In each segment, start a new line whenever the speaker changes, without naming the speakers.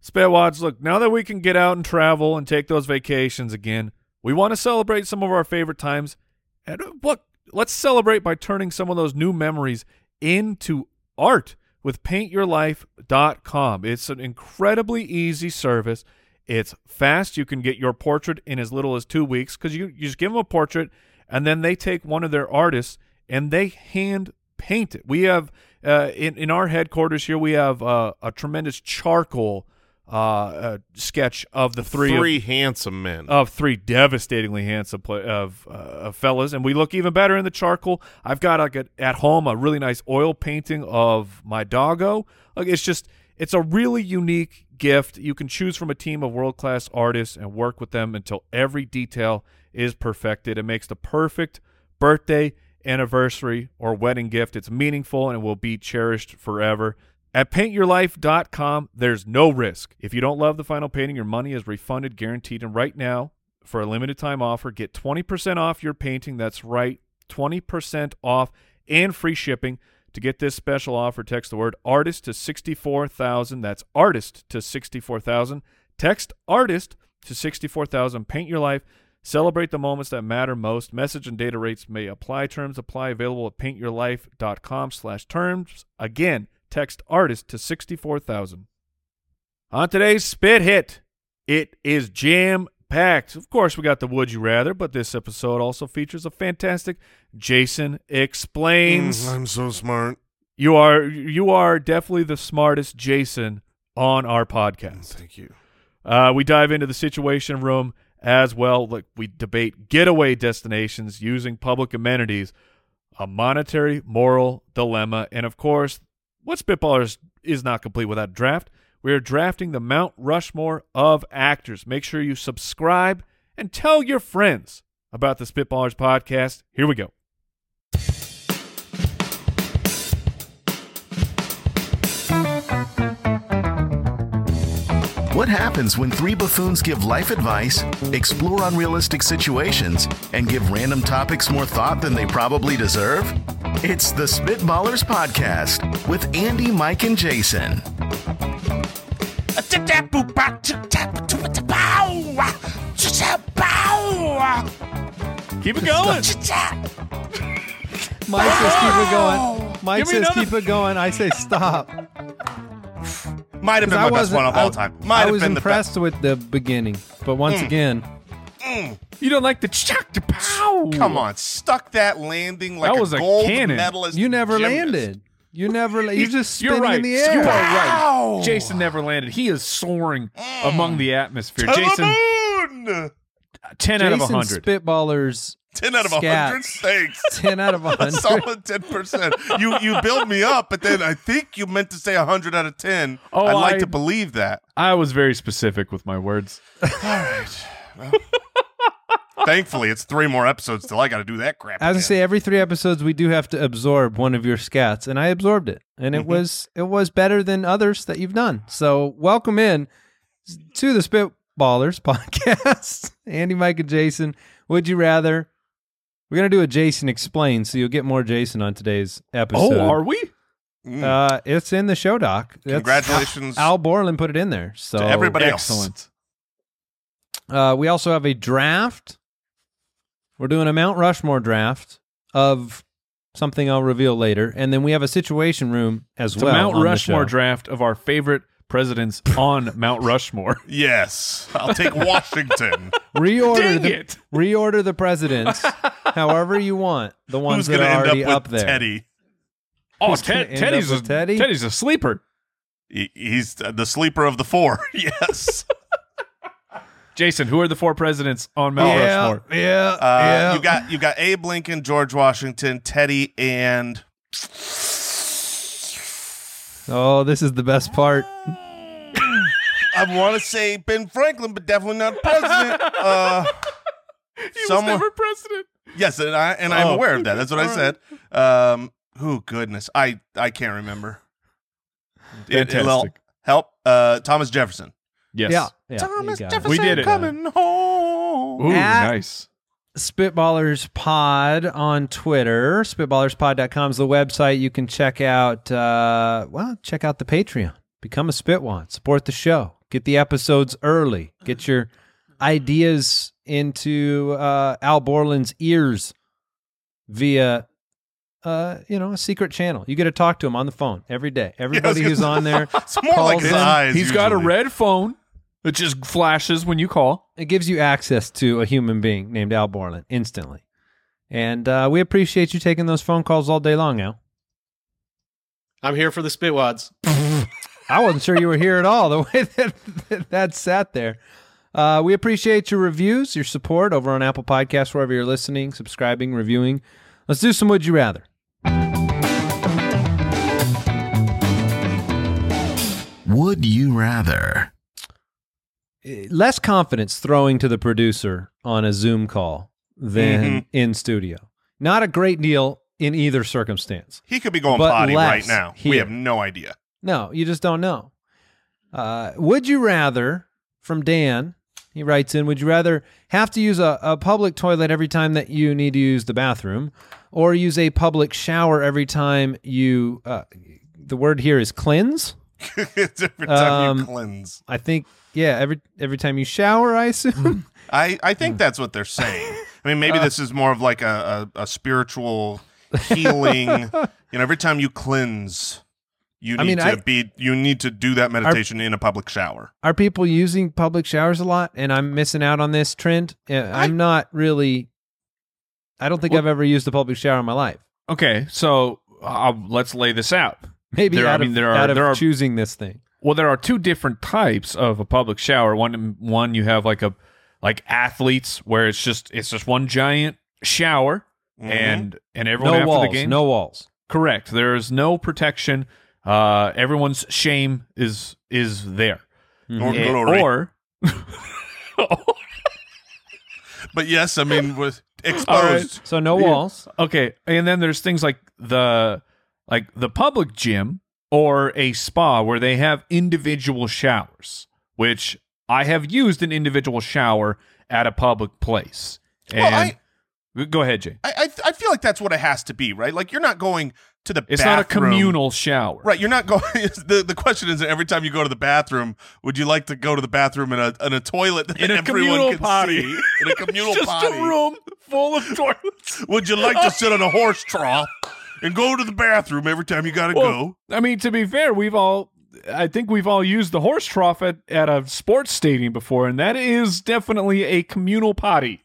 Spare Watch, look, now that we can get out and travel and take those vacations again, we want to celebrate some of our favorite times. And uh, look, let's celebrate by turning some of those new memories into art with paintyourlife.com. It's an incredibly easy service. It's fast. You can get your portrait in as little as two weeks because you, you just give them a portrait and then they take one of their artists and they hand paint it. We have uh, in, in our headquarters here, we have uh, a tremendous charcoal uh, uh, sketch of the three, of- Oh,
handsome men.
of three devastatingly handsome pla of, uh, of fellas, and we look even better in the charcoal. I've got like a, at home a really nice oil painting of my doggo. Like it's just it's a really unique gift. You can choose from a team of world class artists and work with them until every detail is perfected. It makes the perfect birthday, anniversary, or wedding gift. It's meaningful and will be cherished forever. At paintyourlife.com, there's no risk. If you don't love the final painting, your money is refunded, guaranteed. And right now, for a limited time offer, get 20% off your painting. That's right, 20% off and free shipping. To get this special offer, text the word artist to 64,000. That's artist to 64,000. Text artist to 64,000. Paint your life. Celebrate the moments that matter most. Message and data rates may apply. Terms apply. Available at paintyourlife.com slash terms. Again, text artist to 64,000. On today's Spit Hit, it is jam packed. Of course, we got the Would You Rather, but this episode also features a fantastic Jason Explains.
Mm, I'm so smart.
You are you are definitely the smartest Jason on our podcast.
Thank you.
Uh, we dive into the situation room as well. Like we debate getaway destinations using public amenities, a monetary moral dilemma, and of course, what spitballers is not complete without draft. We are drafting the Mount Rushmore of actors. Make sure you subscribe and tell your friends about the Spitballers podcast. Here we go.
What happens when three buffoons give life advice, explore unrealistic situations, and give random topics more thought than they probably deserve? It's the Spitballers Podcast with Andy, Mike, and Jason.
Keep it going.
Mike says keep it going. Mike
Give me
says
another-
keep it going. I say stop. 'Cause
Might have been my
I
best
wasn't-
one of
I-
all time. Might
I
have
was
been Hmm.
impressed with the beginning, but once again,
you don't like the chuck to pow.
the best. Come on, stuck that landing like
That was
a
a
gold
cannon.
medalist.
you never
gymnast.
landed. You never. La- you're just
You're
spinning
right.
in the air.
You are right.
Wow. Mm.
Jason never landed. He is soaring among the atmosphere.
To the
Jason,
moon!
ten out of
Jason
hundred.
Spitballers.
Ten out of a hundred.
Scats.
Thanks.
Ten out of
A
hundred.
solid ten percent. You you build me up, but then I think you meant to say hundred out of ten.
Oh,
I'd like
I-
to believe that.
I was very specific with my words.
Thankfully, it's three more episodes till I got to do that crap.
I was gonna
again.
say every three episodes we do have to absorb one of your scats, and I absorbed it, and
Mm-hmm.
it was it was better than others that you've done. So welcome in to the Spitballers podcast, Andy, Mike, and Jason. Would you rather? We're gonna do a Jason explain, so you'll get more Jason on today's episode.
Oh,
we?
Mm.
uh, it's in the show doc. That's-
Congratulations.
Al Borland put it in there. So
To everybody else.
Excellent.
Uh, we also have a draft. We're doing a Mount Rushmore draft of something I'll reveal later, and then we have a situation room as
It's
well.
a Mount
on the
Rushmore
show.
draft of our favorite presidents on Mount Rushmore.
Yes, I'll take Washington.
Reorder
Dang
the
it!
reorder the presidents, however you want. The ones
Who's going
that
to
are
end up
already
with
up, there.
Teddy?
Oh,
Who's gonna
Ted,
end
Teddy's
up
a
with Teddy?
Teddy's a sleeper.
He- He's the sleeper of the four. Yes.
Jason, who are the four presidents on Mount
Yeah,
Rushmore?
yeah,
Uh,
yeah.
You got you got Abe Lincoln, George Washington, Teddy, and
oh, this is the best part.
I want to say Ben Franklin, but definitely not president. Uh,
He
someone-
was never president.
yes, and I and I'm
Oh.
aware of that. That's what I said. Um, oh goodness, I I can't remember. It, it'll
Fantastic.
help. Uh, Thomas Jefferson.
Yes.
Yeah, yeah,
Thomas
you got it.
Jefferson
We did it.
coming home.
Ooh,
At-
nice.
Spitballers Pod on Twitter. Spitballerspod.com is the website. You can check out, uh, well, check out the Patreon. Become a Spitwad. Support the show. Get the episodes early. Get your ideas into uh, Al Borland's ears via uh, you know, a secret channel. You get to talk to him on the phone every day. Everybody
gonna
who's on there
It's more like
calls
his
in.
eyes.
He's got a
usually.
red phone that just flashes when you call.
it gives you access to a human being named Al Borland instantly. And uh, we appreciate you taking those phone calls all day long, Al.
I'm here for the spitwads.
I wasn't sure you were here at all the way that that, that sat there. Uh, we appreciate your reviews, your support over on Apple Podcasts, wherever you're listening, subscribing, reviewing. Let's do some Would You Rather.
Would you rather?
Uh, Less confidence throwing to the producer on a Zoom call than in studio. Not a great deal in either circumstance.
He could be going
But
potty right
less
now. We
here.
have no idea.
No, you just don't know. Uh, would you rather, from Dan, he writes in, would you rather have to use a, a public toilet every time that you need to use the bathroom or use a public shower every time you, uh, the word here is cleanse?
it's every time you
Um,
cleanse.
I think, yeah, every every time you shower, I
Mm-hmm.
assume.
I, I think that's what they're saying. I mean, maybe this is more of like a, a, a spiritual healing. you know, every time you cleanse, you need
I mean,
to
I-
be you need to do that meditation in a public shower.
Are people using public showers a lot? And I'm missing out on this trend. Uh, I'm not really, I don't think I've ever used a public shower in my life.
Okay, so uh, let's lay this out.
Maybe
There- I
out,
mean,
of,
there are-
out of
there are-
choosing this thing.
Well, there are two different types of a public shower. One, one you have like a like athletes where it's just it's just one giant shower, and and everyone
Mm-hmm. No
after
walls,
the game.
no walls.
Correct. There is no protection. Uh, everyone's shame is is there.
Mm-hmm. Or
Eh,
glory.
or
but yes, I mean with
All right.
exposed.
So no walls.
okay, and then there's things like the like the public gym or a spa where they have individual showers, which I have used an individual shower at a public place. And
Well, I-
go ahead, Jay.
I, I I feel like that's what it has to be, right? Like you're not going to the
It's not a
bathroom-
communal shower.
Right, you're not going. the The question is, every time you go to the bathroom, would you like to go to the bathroom in a in a toilet that
In a
everyone
communal
can
potty.
see? In a communal
Just
potty,
a room full of toilets.
would you like to sit on a horse trough and go to the bathroom every time you gotta go?
Well, I mean, to be fair, we've all. I think we've all used the horse trough at, at a sports stadium before, and that is definitely a communal potty.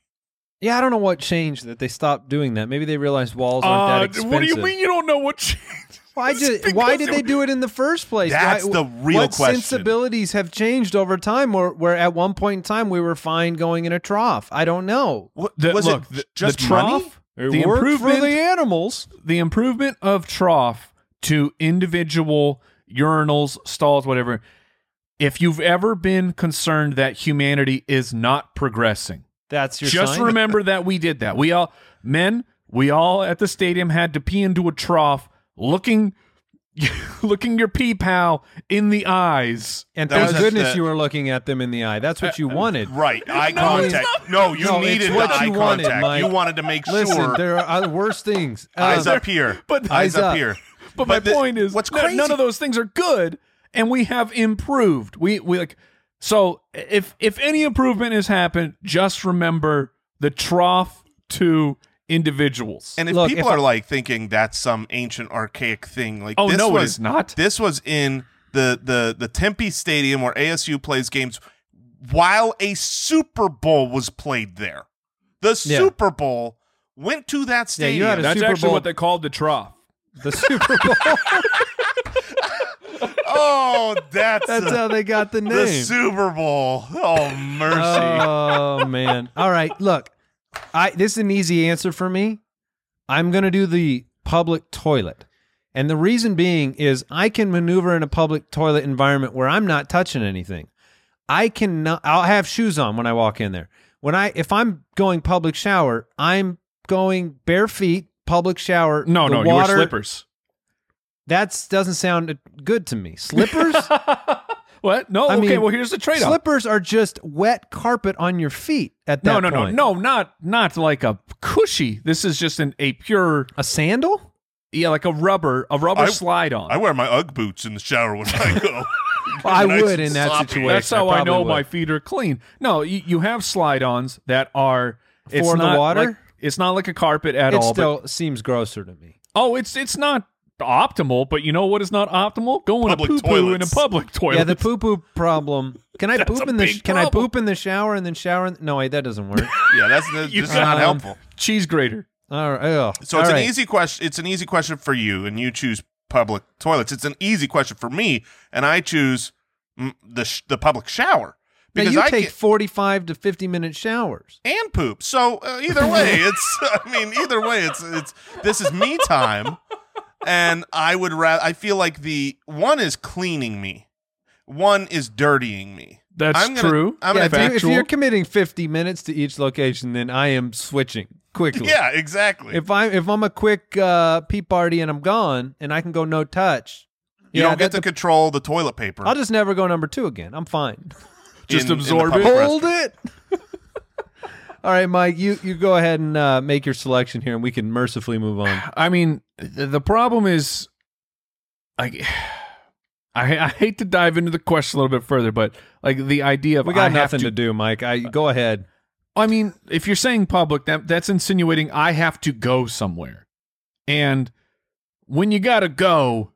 Yeah, I don't know what changed that they stopped doing that. Maybe they realized walls aren't that
Uh,
expensive.
what do you mean you don't know what? ch-
Why
It's
did why
because
did they
it-
do it in the first place?
That's
Why-
the real
what
question.
sensibilities have changed over time? Where, where at one point in time we were fine going in a trough. I don't know.
What,
The-
was
look,
it
the-
just
the trough,
money?
the
worked
improvement,
for the animals.
the improvement of trough to individual urinals, stalls, whatever. If you've ever been concerned that humanity is not progressing,
That's your
just
sign?
remember that we did that. We all men, we all at the stadium had to pee into a trough, looking, looking your pee pal in the eyes.
And
That
thank
was
goodness
the- Uh,
you were looking at them in the eye. That's what you wanted.
Right, eye
No, it's
contact. No, you
No, it's
needed
what
the eye
you wanted,
contact.
Mike.
You wanted to make
Listen,
sure
there are uh, worse things.
eyes
Um,
up here,
uh, but-
eyes
Eyes
up
up.
here.
But, my
the-
point is,
what's
no-
crazy?
none of those things are good, and we have improved. We we like so if if any improvement has happened, just remember the trough to individuals.
And if
Look,
people
if I-
are like thinking that's some ancient archaic thing, like
oh
this
no, it
was
is not.
this was in the the the Tempe Stadium where ASU plays games while a Super Bowl was played there. The
Yeah.
Super Bowl went to that
Yeah, you
stadium.
had a
That's
Super
actually
Bowl-
what they called the trough.
the Super Bowl.
oh, that's,
That's
a-
how they got the name.
the Super Bowl. Oh mercy.
Oh man. All right, look. I this is an easy answer for me. I'm going to do the public toilet. And the reason being is I can maneuver in a public toilet environment where I'm not touching anything. I cannot I'll have shoes on when I walk in there. When I if I'm going public shower, I'm going bare feet, public shower.
No,
the
no, you were
water,
slippers.
That doesn't sound good to me. Slippers?
What? No.
I
okay.
mean,
well, here's the trade-off.
Slippers are just wet carpet on your feet at that
no, no,
point.
no, no, not not like a cushy. This is just an a pure,
A sandal?
yeah, like a rubber, a rubber
I-
slide on.
I wear my UGG boots in the shower when I go.
I
Nice
would
and
in that
sloppy.
situation.
That's how I,
probably
know
would.
my feet are clean. No, you, you have slide-ons that are it's
For the
not
water?
like- it's not like a carpet at
It
all. but-
still seems grosser to me.
oh, it's it's not optimal. But you know what is not optimal? Going
Public
to poo poo in a
toilets.
public toilet.
Yeah, the poo poo problem. Can I
That's
poop
a
in the
big
sh- Can I
problem.
poop in the shower and then shower? In- no, wait, that doesn't work.
Yeah, that's that's
You
this is not
got-
helpful.
cheese grater.
All right. ugh.
So
All
it's
right.
an easy question. It's an easy question for you, and you choose public toilets. It's an easy question for me, and I choose mm, the sh- the public shower
Now
because
you
I
take
get
forty-five to fifty-minute showers.
and poop. So uh, either way, it's I mean either way, it's it's this is me time, and I would rather. I feel like the one is cleaning me, one is dirtying me.
That's
I'm gonna-
true.
I'm gonna
yeah, if, you,
take-
if
factual.
you're committing fifty minutes to each location, then I am switching quickly.
yeah, exactly.
If I'm if I'm a quick uh, pee party and I'm gone and I can go no touch,
you
yeah,
don't get
that-
to control the toilet paper.
I'll just never go number two again. I'm fine.
just
in- in the
absorb
public
it.
restroom.
Hold it. All right, Mike, you, you go ahead and uh, make your selection here, and we can mercifully move on.
I mean, th- the problem is, I, I, I hate to dive into the question a little bit further, but like the idea of
We got
I have
nothing to, do, Mike. I go ahead.
I mean, if you're saying public, that that's insinuating I have to go somewhere. And when you gotta go,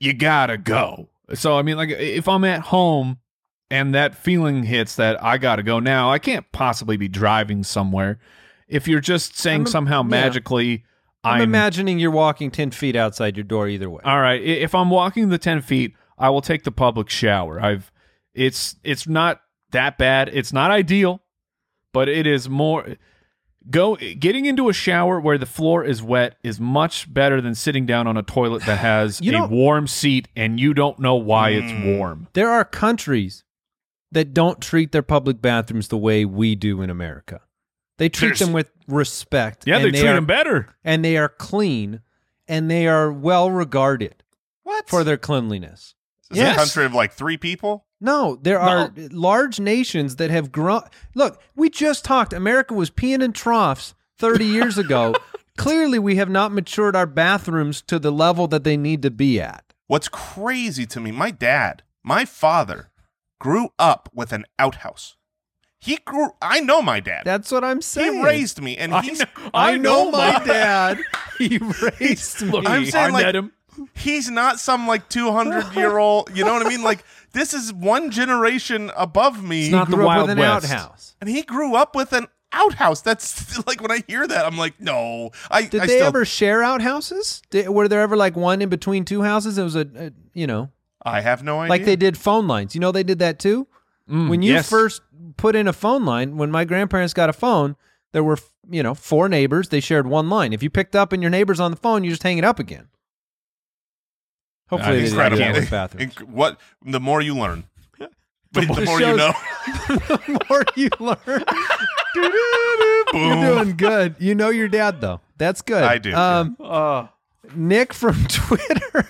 you gotta go. So I mean, like if I'm at home and that feeling hits that I gotta go now, I can't possibly be driving somewhere. If you're just saying
I'm a-
somehow
yeah.
magically
I'm,
I'm,
imagining you're walking ten feet outside your door either way.
all right. i- If I'm walking the ten feet, I will take the public shower. I've it's it's not that bad. It's not ideal, but it is more go getting into a shower where the floor is wet is much better than sitting down on a toilet that has
You
a
don't-
warm seat and you don't know why it's
Mm.
warm.
There are countries that don't treat their public bathrooms the way we do in America. They treat
There's-
them with respect.
Yeah,
and
they, treat
are,
them better.
and they are clean, and they are well regarded
what
for their cleanliness.
Is
Yes.
a country of like three people?
No, there are large nations that have grown. Look, we just talked. America was peeing in troughs 30 years ago. Clearly, we have not matured our bathrooms to the level that they need to be at.
What's crazy to me, my dad, my father grew up with an outhouse. He grew I know my dad.
That's what I'm
he
saying.
raised me and
I
he's
know-
I know my
my-
dad. He raised me.
Look,
I'm
he-
saying,
I
like-
met him.
he's not some like 200 year old, you know what I mean? Like this is one generation above me
It's not
Grew
the
up
Wild
with an
West.
outhouse.
and he grew up with an outhouse. That's like when I hear that I'm like, no. I
Did
I
they
still
ever share outhouses? Did, were there ever like one in between two houses? It was a, a you know,
I have no idea.
like they did phone lines. You know, they did that too. when you
Mm, yes.
first put in a phone line, when my grandparents got a phone, there were you know four neighbors. They shared one line. If you picked up and your neighbor's on the phone, you just hang it up again. Hopefully, they didn't do
incredible.
that with bathrooms.
Inc- what the more you learn. The,
more-
the more
Shows-
you know.
the more you learn,
Boom.
you're doing good. You know your dad though. That's good.
I do,
Um,
Uh,
Nick from Twitter.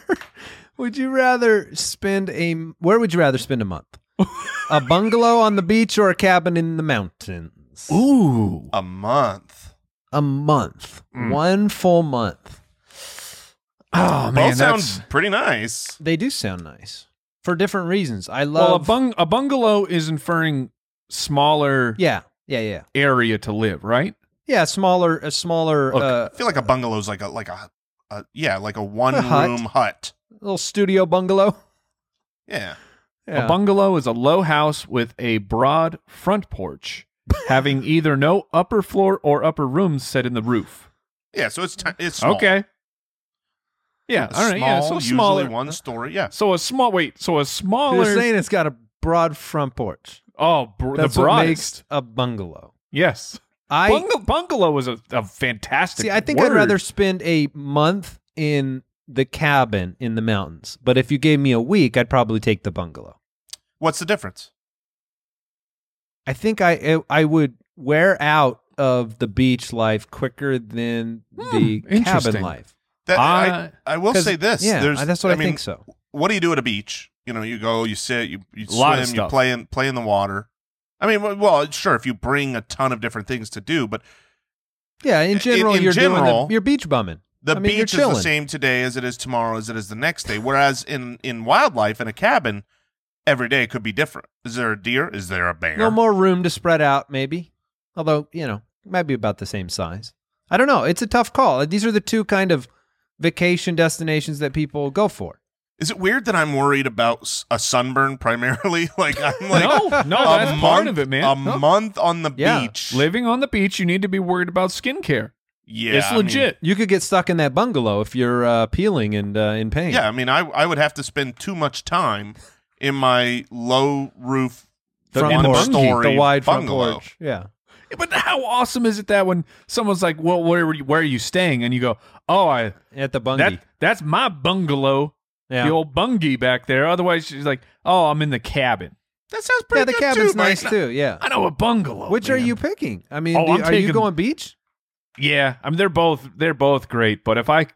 would you rather spend a where would you rather spend a month? a bungalow on the beach or a cabin in the mountains?
ooh.
a month.
A month.
Mm.
One full month. Ah,
Oh
Both
man, that's
sound pretty nice.
They do sound nice. For different reasons. I love
well, a, bung- a bungalow is inferring smaller
Yeah. Yeah, yeah.
area to live, right?
Yeah, smaller a smaller
Look,
uh,
I feel like a bungalow's like a like a, a yeah, like a one
hut.
room hut.
little studio bungalow.
Yeah.
Yeah.
A bungalow is a low house with a broad front porch, having either no upper floor or upper rooms set in the roof.
Yeah, so it's ti- it's small.
Okay. Yeah.
It's
all right. yeah.
small,
So
usually
smaller.
one story. Yeah.
So a small. Wait. So a
You're
smaller.
saying it's got a broad front porch.
oh, br- the
That's what makes
broadest.
a bungalow.
yes.
I
Bunga- bungalow is a, a fantastic.
See, I think I'd
word.
rather spend a month in the cabin in the mountains. But if you gave me a week, I'd probably take the bungalow.
What's the difference?
I think I I would wear out of the beach life quicker than the
Hmm,
cabin
interesting.
life.
That
Uh,
I, I will
'cause-
say this.
yeah,
There's,
that's what I,
mean,
think so.
What do you do at a beach? You know, you go, you sit, you, you
Lot of
swim, you
stuff.
play in play in the water. I mean, well- well, sure, if you bring a ton of different things to do, but
Yeah, in general,
in
you're doing
general-
the, you're beach bumming.
the
I mean, you're
beach is the
chilling.
same today as it is tomorrow as it is the next day. Whereas in in wildlife in a cabin, every day could be different. Is there a deer? Is there a bear?
A little more room to spread out, maybe. Although, you know, it might be about the same size. I don't know. It's a tough call. These are the two kind of vacation destinations that people go for.
Is it weird that I'm worried about s- a sunburn primarily? like I'm like
no, no,
a
that's
month,
part of it, man.
A month on the
Yeah.
beach.
Living on the beach, you need to be worried about skincare.
yeah,
it's
I mean-
legit.
You could get stuck in that bungalow if you're uh, peeling and uh, in pain.
yeah, I mean, I I would have to spend too much time in my low roof
The
front
front porch.
story
the wide front
bungalow.
porch. Yeah.
But how awesome is it that when someone's like, "Well, where were you, where are you staying?" and you go, "Oh, I
At the bungee.
that that's my bungalow,
yeah.
the old bungie back there." Otherwise, she's like, "Oh, I'm in the cabin."
That sounds pretty
yeah, the
good
cabin's
too,
nice
Mike.
too. Yeah.
I know a bungalow.
Which are
Oh, man.
you picking? I mean,
Oh,
do-
I'm
are you
taking-
going beach?
Yeah, I mean they're both they're both great, but if I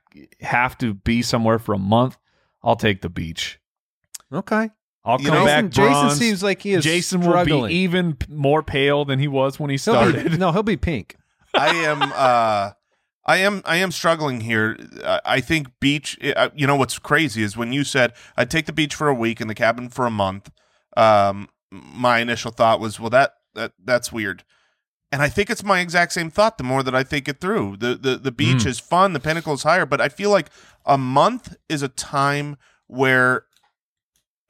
have to be somewhere for a month, I'll take the beach.
Okay.
I'll
You
come
know-
back.
Jason
bronzed.
seems like he is
Jason will
struggling.
be even p- more pale than he was when he
He'll be-
started.
no, he'll be pink.
I am uh I am I am struggling here. I I think beach uh, you know what's crazy is when you said I'd take the beach for a week and the cabin for a month. Um my initial thought was well that that that's weird. And I think it's my exact same thought the more that I think it through. The the the beach
Mm.
is fun, the pinnacle is higher, but I feel like a month is a time where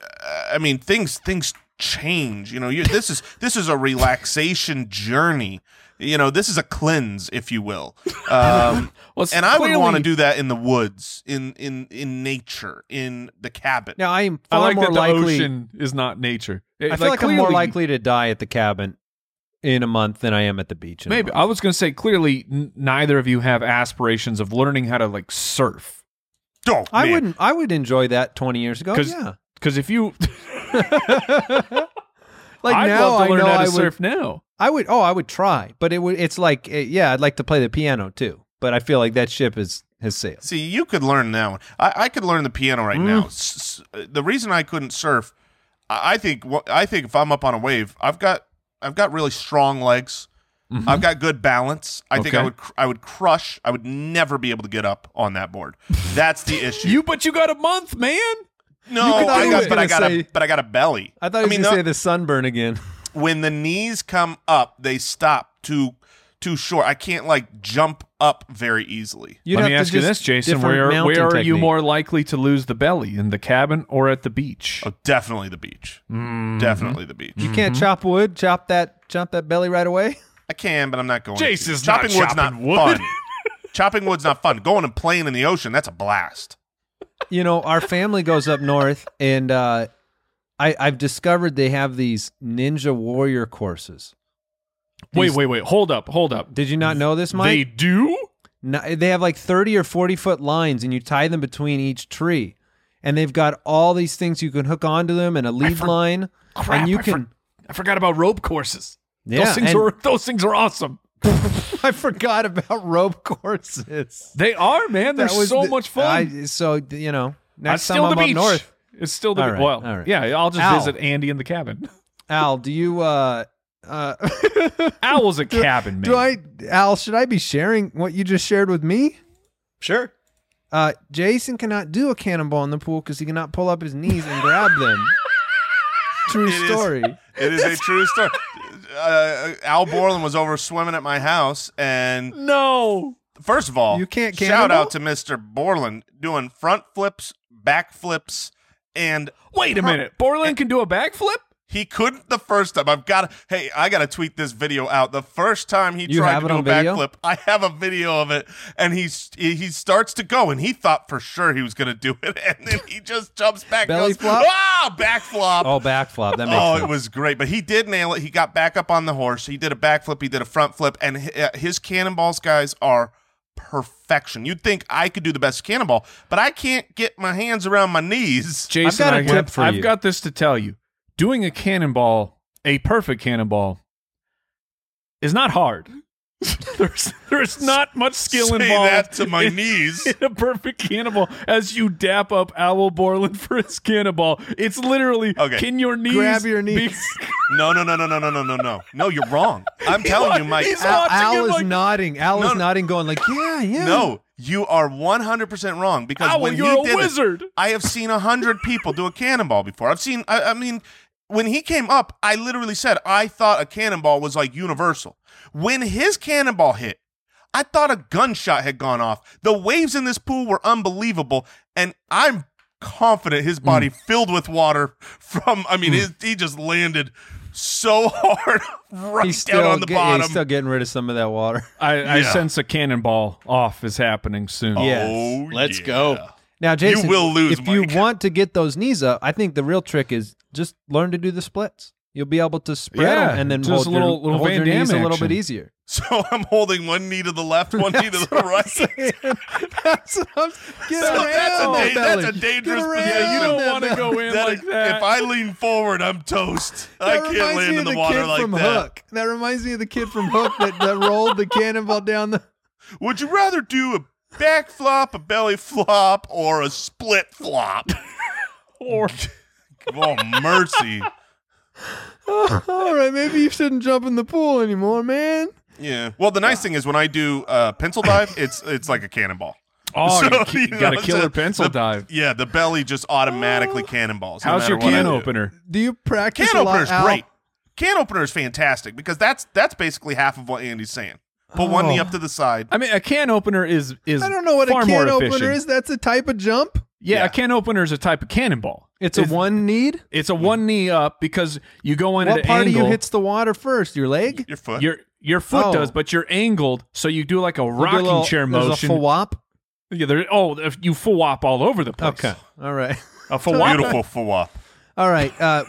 uh, I mean things things change. You know, you this is this is a relaxation journey. You know, this is a cleanse, if you will. Um,
Well,
and I would
clearly-
want to do that in the woods, in in in nature, in the cabin.
Now, I am
I
far
like
more
that the
likely.
ocean is not nature.
I feel like, I'm more
clearly-
likely to die at the cabin in a month than I am at the beach. In a
Maybe
month.
I was going to say clearly n- neither of you have aspirations of learning how to like surf
Oh,
I
man.
wouldn't. I would enjoy that 20 years ago.
'Cause-
Yeah.
because if you
Like
I'd
now,
love to
I
learn
know
how to
I would.
surf now.
I would. Oh, I would try, but it would. It's like, eh, yeah, I'd like to play the piano too, but I feel like that ship is has sailed.
See, you could learn that one. I, I could learn the piano right
Mm.
now. S- s- the reason I couldn't surf, I I think wha- I think if I'm up on a wave, I've got I've got really strong legs.
Mm-hmm.
I've got good balance. I think I
Okay.
would cr- I would crush. I would never be able to get up on that board. That's the issue.
You but you got a month, man.
no,
you could
I
always
got, but I
gonna
got
say-
a but I got a belly.
I thought you were
mean,
gonna
the-
say the sunburn again.
when the knees come up, they stop too too short. I can't like jump up very easily.
You'd
Let me
have to
ask you
just
this, Jason:
different
Where
mountain
where are you
technique.
more likely to lose the belly in the cabin or at the
Uh,
beach?
Oh, definitely the beach.
Mm.
Definitely the beach.
Mm-hmm. You
Mm-hmm.
can't chop wood. Chop that. Chop that belly right away.
I can, but I'm not going.
Jason's
to.
not
chopping wood's not
chopping wood.
fun. chopping wood's not fun. Going and playing in the ocean, that's a blast.
you know, our family goes up north, and uh, I, I've discovered they have these ninja warrior courses.
Wait,
These-
wait, wait. Hold up, hold up.
Did you not know this, Mike?
They do?
No, they have like 30 or 40 foot lines and you tie them between each tree and they've got all these things you can hook onto them and a lead
for-
line
Crap,
and you
I, for-
can
I forgot about rope courses.
yeah
those things
and
are those things are awesome.
i forgot about rope courses
They are, man. They're
That was
so
the-
much fun.
I, so you know
I,
next time
still
i'm
the
up
beach.
north
It's still the
All
beach.
right,
well.
all right.
Yeah, I'll just
Ow.
visit Andy in the cabin.
al do you uh uh
Owl's a cabin man.
do i al should i be sharing what you just shared with me
Sure.
uh jason cannot do a cannonball in the pool because he cannot pull up his knees and grab them true
It is-
story
It is a true story. Uh, Al Borland was over swimming at my house, and
No.
First of all,
You can't
shout
cannibal?
out to Mr. Borland doing front flips, back flips, and
Wait a minute. Borland can do a backflip?
he couldn't the first time. I've got to, hey, I got to tweet this video out. The first time he
You
tried
have
to
it
do a
on video?
backflip, I have a video of it, and he's he he starts to go, and he thought for sure he was going to do it, and then he just jumps back,
Belly
goes,
flop?
ah, back flop.
oh backflop that makes
Oh,
sense.
it was great. But he did nail it. He got back up on the horse. He did a backflip. He did a front flip. And hi- uh, his cannonballs, guys, are perfection. You'd think I could do the best cannonball, but I can't get my hands around my knees.
Jason,
got a
I-
tip for
I've
you.
got this to tell you. Doing a cannonball, a perfect cannonball, is not hard. there's there's not much skill
Say
involved.
that to my
in-
knees.
in a perfect cannonball as you dap up Owl Borland for his cannonball. It's literally
Okay.
can your knees
Grab your
be-
knees.
No, no, no, no, no, no, no, no, no. No, you're wrong. I'm telling you, Mike.
he's
Al-
watching
Al
him
is
like,
nodding. Al
No,
is
no.
nodding, going like, "Yeah, yeah."
no, you are 100% wrong because
Owl,
when
you're
he
a
did it,
wizard.
I have seen a hundred people do a cannonball before. I've seen, I, I mean, when he came up, I literally said I thought a cannonball was like universal. When his cannonball hit, I thought a gunshot had gone off. The waves in this pool were unbelievable, and I'm confident
Mm.
his body filled with water from. I mean, his, he just landed so hard right
He's
down
still,
on the
get- yeah,
bottom.
he's still getting rid of some of that water.
I, I
Yeah.
sense a cannonball off is happening soon.
Yeah.
Oh,
Let's
yeah.
go.
Now, Jason,
will lose,
If you
Mike.
want to get those knees up, I think the real trick is just learn to do the splits. You'll be able to spread
Yeah,
'em and then
just
hold
a
your,
little- little
hold
Van
your knees
Damme
a little bit
action.
easier.
So I'm holding one knee to the left, one knee to the right.
that's what I'm
So
get
that's a,
around,
da- that's a
fellas.
dangerous
around.
position.
Yeah, you don't
Yeah,
want to go in
That-
like that.
If I lean forward, I'm toast. I
That
can't
reminds
land
me
in
of
the, water
kid
like
from
that.
Hook. That reminds me of the kid from Hook that, that rolled the cannonball down the.
Would you rather do a back flop, a belly flop, or a split flop?
or
oh mercy!
All right, maybe you shouldn't jump in the pool anymore, man.
Yeah. Well, the nice thing is when I do uh, pencil dive, it's it's like a cannonball.
oh,
So,
you, ki-
you
you got a
know,
killer
the-
pencil
the-
dive.
Yeah, the belly just automatically cannonballs. no
Oh. How's
matter
your
what I
can
do.
opener?
Do you practice
Can
a lot?
opener is
Al?
great. Can opener is fantastic because that's that's basically half of what Andy's saying. Put one
Oh.
knee up to the side.
I mean, a can opener is is
I don't know what
far
a
more
can opener
efficient.
is. That's a type of jump.
Yeah,
Yeah.
a can opener is a type of cannonball.
It's a one need.
It's a one knee up because you go in at
What
an
part
angle.
of you hits the water first? Your leg?
Your foot.
your your foot
Oh.
does, but you're angled, so you do like a
You do a
rocking
little-
chair
there's
motion.
A fwop.
yeah, there, oh, if you fwop all over the place.
Okay. All right.
a fwop.
Beautiful four.
All right. Uh,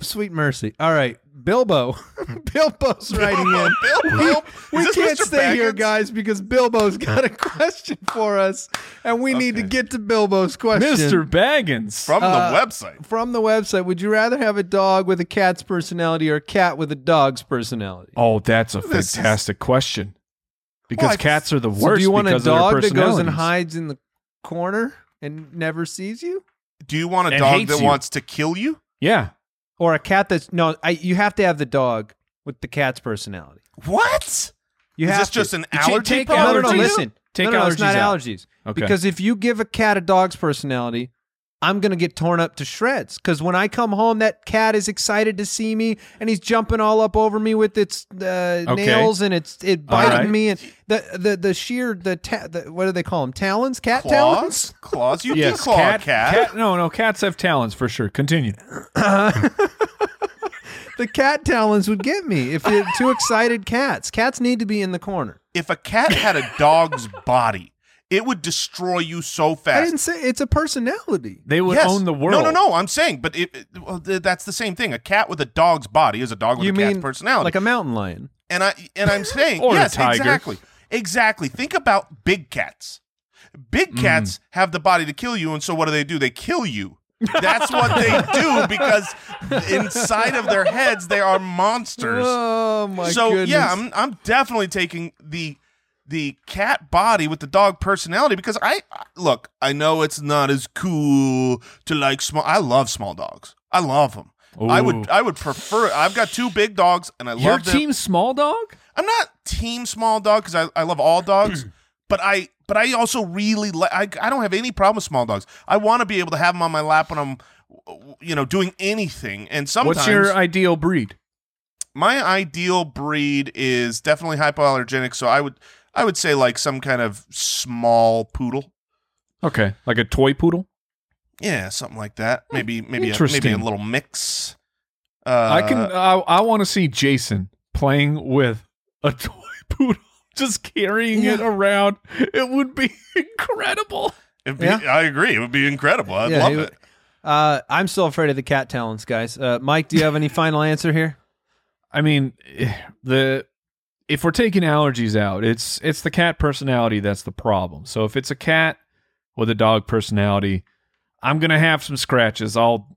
sweet mercy. All right. Bilbo. Bilbo's writing in.
Bilbo?
We
Is this
can't
Mr.
stay here,
Baggins?
guys, because Bilbo's got a question for us, and we need to
Okay.
get to Bilbo's question.
Mr. Baggins.
From
Uh,
the website.
From the website, would you rather have a dog with a cat's personality or a cat with a dog's personality?
oh, that's a
This is-
fantastic question. Because
Well, I-
cats are the worst.
So do you want a
because of their
dog that goes and
personalities.
hides in the corner and never sees you?
Do you want a
and
dog
hates
that
you.
wants to kill you?
Yeah.
or a cat that's no I, you have to have the dog with the cat's personality
What?
you
Is
have
this
to.
just an
You take-
allergy
take
no,
problem?
no, no,
allergies
listen
Take
no, no, no, it's
allergies
not
out.
allergies
Okay.
because if you give a cat a dog's personality i'm gonna get torn up to shreds because when i come home that cat is excited to see me and he's jumping all up over me with its uh,
Okay.
nails and it's it biting
right.
me and the the the sheer the, ta- the what do they call them talons cat talons
Claws? Claws? You can claw a cat.
No, no, cats have talons for sure. Continue.
the cat talons would get me if it, two excited cats cats need to be in the corner
If a cat had a dog's body, it would destroy you so fast.
i didn't say it's a personality
They would
Yes.
own the world.
No, no, no. I'm saying, but it, it- well, th- that's the same thing. A cat with a dog's body is a dog with
you
a
mean
cat's personality.
like a mountain lion
and I and I'm saying,
Or a
yes,
tiger.
exactly, exactly. Think about big
Mm.
cats. Big cats have the body to kill you, and so what do they do? They kill you. That's what they do because inside of their heads they are monsters.
oh my
so
goodness
yeah, I'm I'm definitely taking the the cat body with the dog personality because I I- look, I know it's not as cool to like small. I love small dogs. I love them. I would
Ooh.
I would prefer. I've got two big dogs, and I
Your
love them.
team small dog?
I'm not team small dog because I, I love all dogs, but I but I also really like I, I don't have any problem with small dogs. I want to be able to have them on my lap when I'm you know doing anything. And sometimes
What's your ideal breed?
my ideal breed is definitely hypoallergenic, so I would I would say like some kind of small poodle.
Okay. Like a toy poodle?
Yeah, something like that. Maybe maybe a, maybe a
Hmm, Interesting.
little mix. Uh,
I can I, I want to see Jason playing with a toy poodle. Just carrying it around. It would be incredible.
it'd be-
Yeah.
I agree. It would be incredible. I'd
Yeah,
love
he
it.
would- uh, i'm still afraid of the cat talons guys uh, mike do you have any final answer here
I mean, eh, the if we're taking allergies out, it's it's the cat personality that's the problem. So if it's a cat with a dog personality, I'm gonna have some scratches. I'll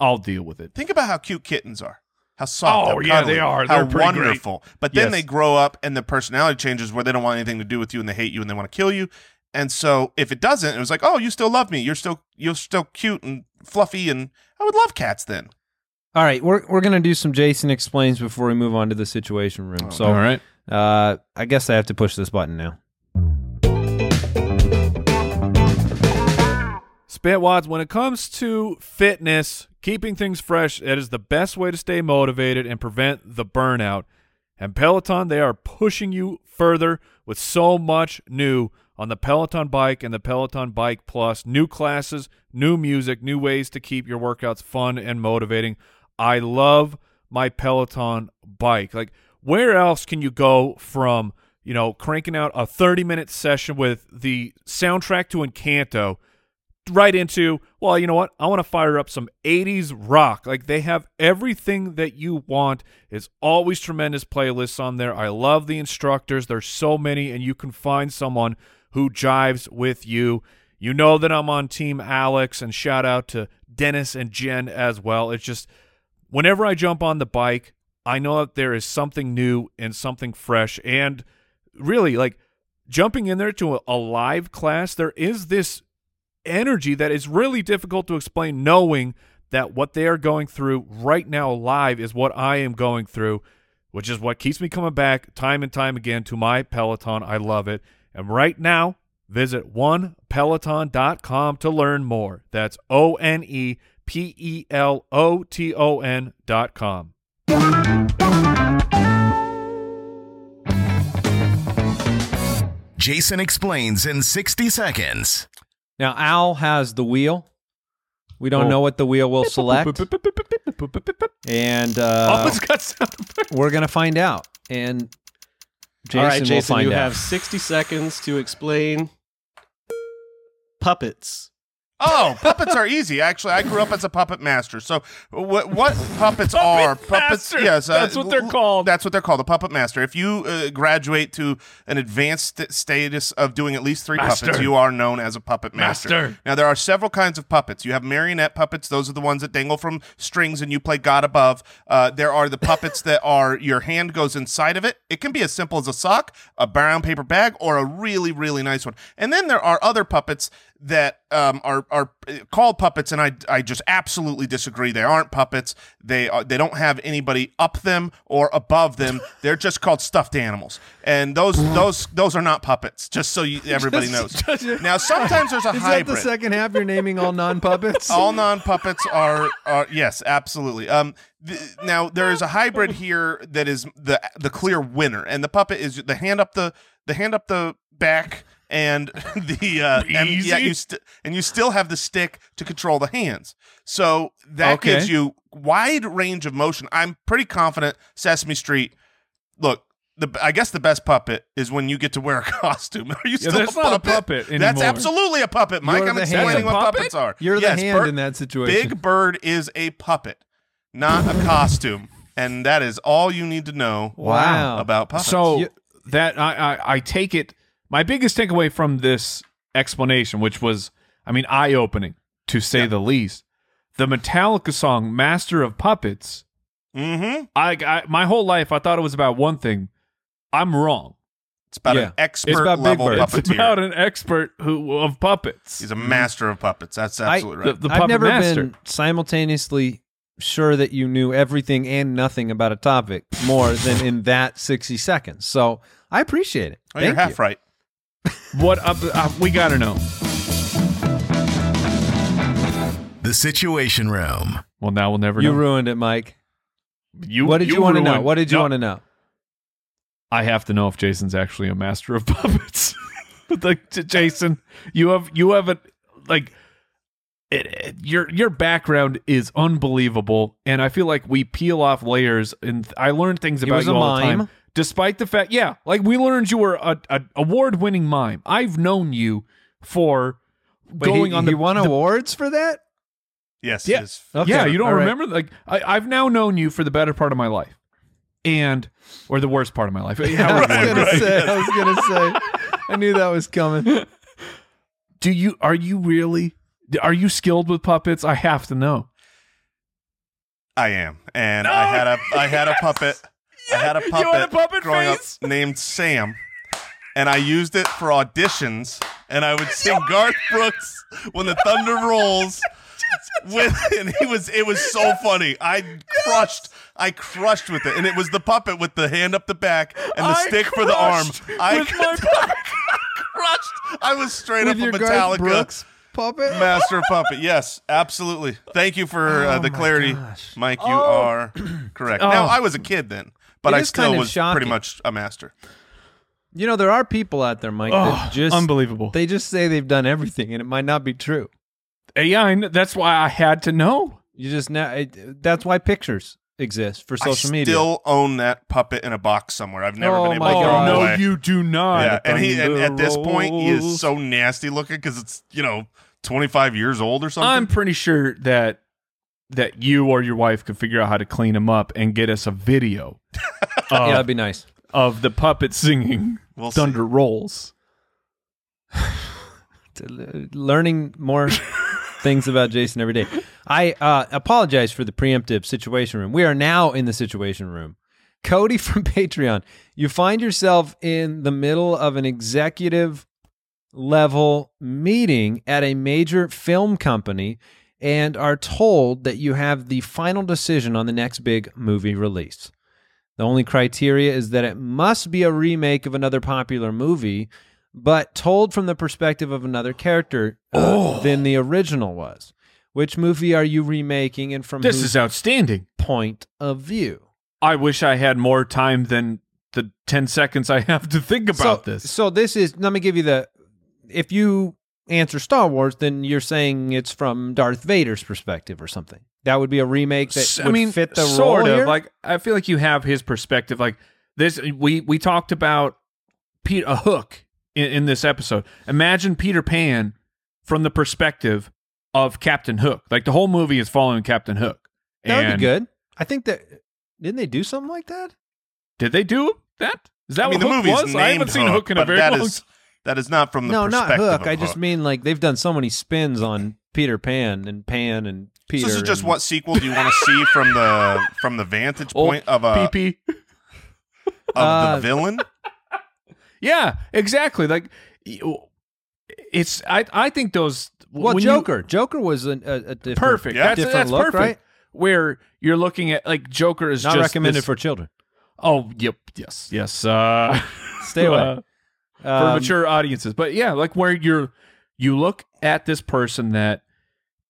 I'll deal with it.
Think about how cute kittens are. How soft.
Oh,
how
yeah,
cuddly,
they are.
How
They're pretty great.
wonderful. But then
Yes.
they grow up and their personality changes where they don't want anything to do with you and they hate you and they want to kill you. And so if it doesn't, it was like, oh, you still love me. You're still you're still cute and fluffy and I would love cats then.
all right we're, we're gonna do some jason explains before we move on to the situation
Oh,
room so
All right.
uh, i guess i have to push this button now
Spitwads, when it comes to fitness, keeping things fresh, it is the best way to stay motivated and prevent the burnout. And Peloton, they are pushing you further with so much new on the Peloton Bike and the Peloton Bike Plus. New classes, new music, new ways to keep your workouts fun and motivating. I love my Peloton bike. Like, where else can you go from, you know, cranking out a 30 minute session with the soundtrack to Encanto right into, well, you know what? I want to fire up some 80s rock. Like, they have everything that you want. It's always tremendous playlists on there. I love the instructors. There's so many, and you can find someone who jives with you. You know that I'm on Team Alex, and shout out to Dennis and Jen as well. It's just, whenever I jump on the bike, I know that there is something new and something fresh. And really, like jumping in there to a, a live class, there is this energy that is really difficult to explain, knowing that what they are going through right now live is what I am going through, which is what keeps me coming back time and time again to my Peloton. I love it. And right now, visit onepeloton.com to learn more. That's O N E P E L O T O N dot com.
Jason explains in 60 seconds.
Now Al has the wheel. We don't
Oh.
know what the wheel will select, and uh,
Almost got sound effect.
we're gonna find out. And Jason,
All right,
will
Jason,
find
you
out.
have 60 seconds to explain puppets.
Oh, puppets are easy. Actually, I grew up as a puppet master. So, what what puppets are? Puppets,
master.
yes, uh,
That's what they're called.
That's what they're called. A puppet master. If you uh, graduate to an advanced st- status of doing at least three puppets,
Master.
you are known as a puppet master.
Master.
Now, there are several kinds of puppets. You have marionette puppets; those are the ones that dangle from strings, and you play God above. Uh, there are the puppets that are your hand goes inside of it. It can be as simple as a sock, a brown paper bag, or a really, really nice one. And then there are other puppets that um, are are uh, called puppets, and I I just absolutely disagree. They aren't puppets. They are, they don't have anybody up them or above them. They're just called stuffed animals, and those those those are not puppets. Just so you, everybody knows. now sometimes there's a
Is
hybrid.
that the second half? You're naming all non puppets.
All non puppets are, are yes, absolutely. Um, th- now there is a hybrid here that is the the clear winner, and the puppet is the hand up the the hand up the back and the uh, and
Easy.
yet you st- and you still have the stick to control the hands. So that
Okay.
gives you wide range of motion. I'm pretty confident Sesame Street. Look. The, I guess the best puppet is when you get to wear a costume. Are you still
that's
a
not a puppet
puppet? That's
anymore.
absolutely a puppet, Mike.
You're
I'm
the hand.
explaining
That's a
what
puppet?
puppets are.
You're the
Yes,
hand
Bert-
in that situation.
Big Bird is a puppet, not a costume, and that is all you need to know
Wow.
about puppets.
So
You-
that I, I I take it. My biggest takeaway from this explanation, which was, I mean, eye opening to say the least, the Metallica song "Master of Puppets."
mm-hmm.
I, I my whole life I thought it was about one thing. I'm wrong.
it's about
Yeah.
an expert
It's about Big
level
Bird.
It's
puppeteer.
about an expert who of puppets.
He's a master of puppets. That's
I-
absolutely
the,
right.
the
I've
puppet
never
master.
been simultaneously sure that you knew everything and nothing about a topic more than in that 60 seconds. So I appreciate it.
Oh,
Thank
you're half
you.
right.
What up? Uh, we gotta know.
The Situation Room.
Well, now we'll never
You
know.
ruined it, Mike.
you,
what did you, want to know?
ruined-
What did you
No,
want to know?
I have to know if Jason's actually a master of puppets. like J- Jason, you have you have a like it, it- your your background is unbelievable, and I feel like we peel off layers, and I learn things
He
about
was
you
a
all the
mime.
time. Despite the fact, yeah, like we learned you were a, a award winning mime. I've known you for
Wait,
going
he,
on
he
the
won awards for that?
Yes.
Yeah.
yes.
Okay.
Yeah, you don't
All right.
remember? Like I, I've now known you for the better part of my life, and or the worst part of my life.
I was
however you wanna
gonna
put it.
say. I was gonna say. I knew that was coming.
Do you are you really are you skilled with puppets? I have to know.
I am, and I had a I had a puppet. I had a
You
puppet,
had a puppet
growing
face?
up named Sam, and I used it for auditions. And I would sing Garth Brooks when the thunder rolls. With and he was it was so funny. I crushed. I crushed with it, and it was the puppet with the hand up the back and the
I
stick for the arm.
crushed
I
with my
crushed. I was straight
With
up
your
a
Garth
Metallica
Brooks puppet.
Master puppet. Yes, absolutely. Thank you for uh,
Oh
the
my
clarity,
gosh.
Mike. You
Oh.
are correct. Now
Oh.
I was a kid then, but
It
I
is kind
still
of
was pretty
shocking.
much a master.
You know there are people out there, Mike, that just
Oh, unbelievable.
they just say they've done everything, and it might not be true.
yeah, I kn- that's why I had to know.
You just now it, that's why pictures exist for social
I
media.
still own that puppet in a box somewhere. I've never
Oh
been able
my
to throw
God.
it
no,
away.
you do not.
yeah, and he and at this
Thunder
point he is
rolls.
so nasty looking because it's you know twenty five years old or something.
I'm pretty sure that that you or your wife could figure out how to clean him up and get us a video of,
yeah, that'd be nice.
of the puppet singing
We'll see.
Thunder Rolls.
T- Learning more things about Jason every day. I uh, apologize for the preemptive situation room. We are now in the situation room. Cody from Patreon, you find yourself in the middle of an executive level meeting at a major film company and are told that you have the final decision on the next big movie release. The only criteria is that it must be a remake of another popular movie, but told from the perspective of another character
Oh.
uh, than the original was. Which movie are you remaking and from
This
Mhm.
whose
is outstanding.
point of view?
I wish I had more time than the 10 seconds I have to think about
so,
this.
So this is let me give you the if you answer Star Wars, then you're saying it's from Darth Vader's perspective or something. That would be a remake that
S-
would fit the
sort
role
of.
here?
Like I feel like you have his perspective. Like this, we we talked about Pete a hook in, in this episode. Imagine Peter Pan from the perspective of Captain Hook. Like the whole movie is following Captain Hook.
that would
And
be good. I think that didn't they do something like that?
Did they do that? Is that
I mean,
what
the
Hook
movie's
was?
named
I haven't seen Hook in a
but
very
that
long.
is- that is not from the
No, not
perspective
Hook.
of
I just mean like they've done so many spins
Eh.
on Peter Pan and Pan and Peter.
So this is just
and-
what sequel do you want to see from the from the vantage
Old
point of uh, a
PP.
of
Uh,
the villain?
Yeah, exactly. Like you- it's I I think those
Well,
when you-
Joker. Joker was an, a, a different,
perfect.
Yeah.
That's
different
that's
look,
perfect.
right?
Where you're looking at like Joker is
Not
just
recommended
this-
for children.
Oh, yep, yes, yes. Uh,
Stay away.
uh, for
Um,
mature audiences, but yeah, like where you're you look at this person that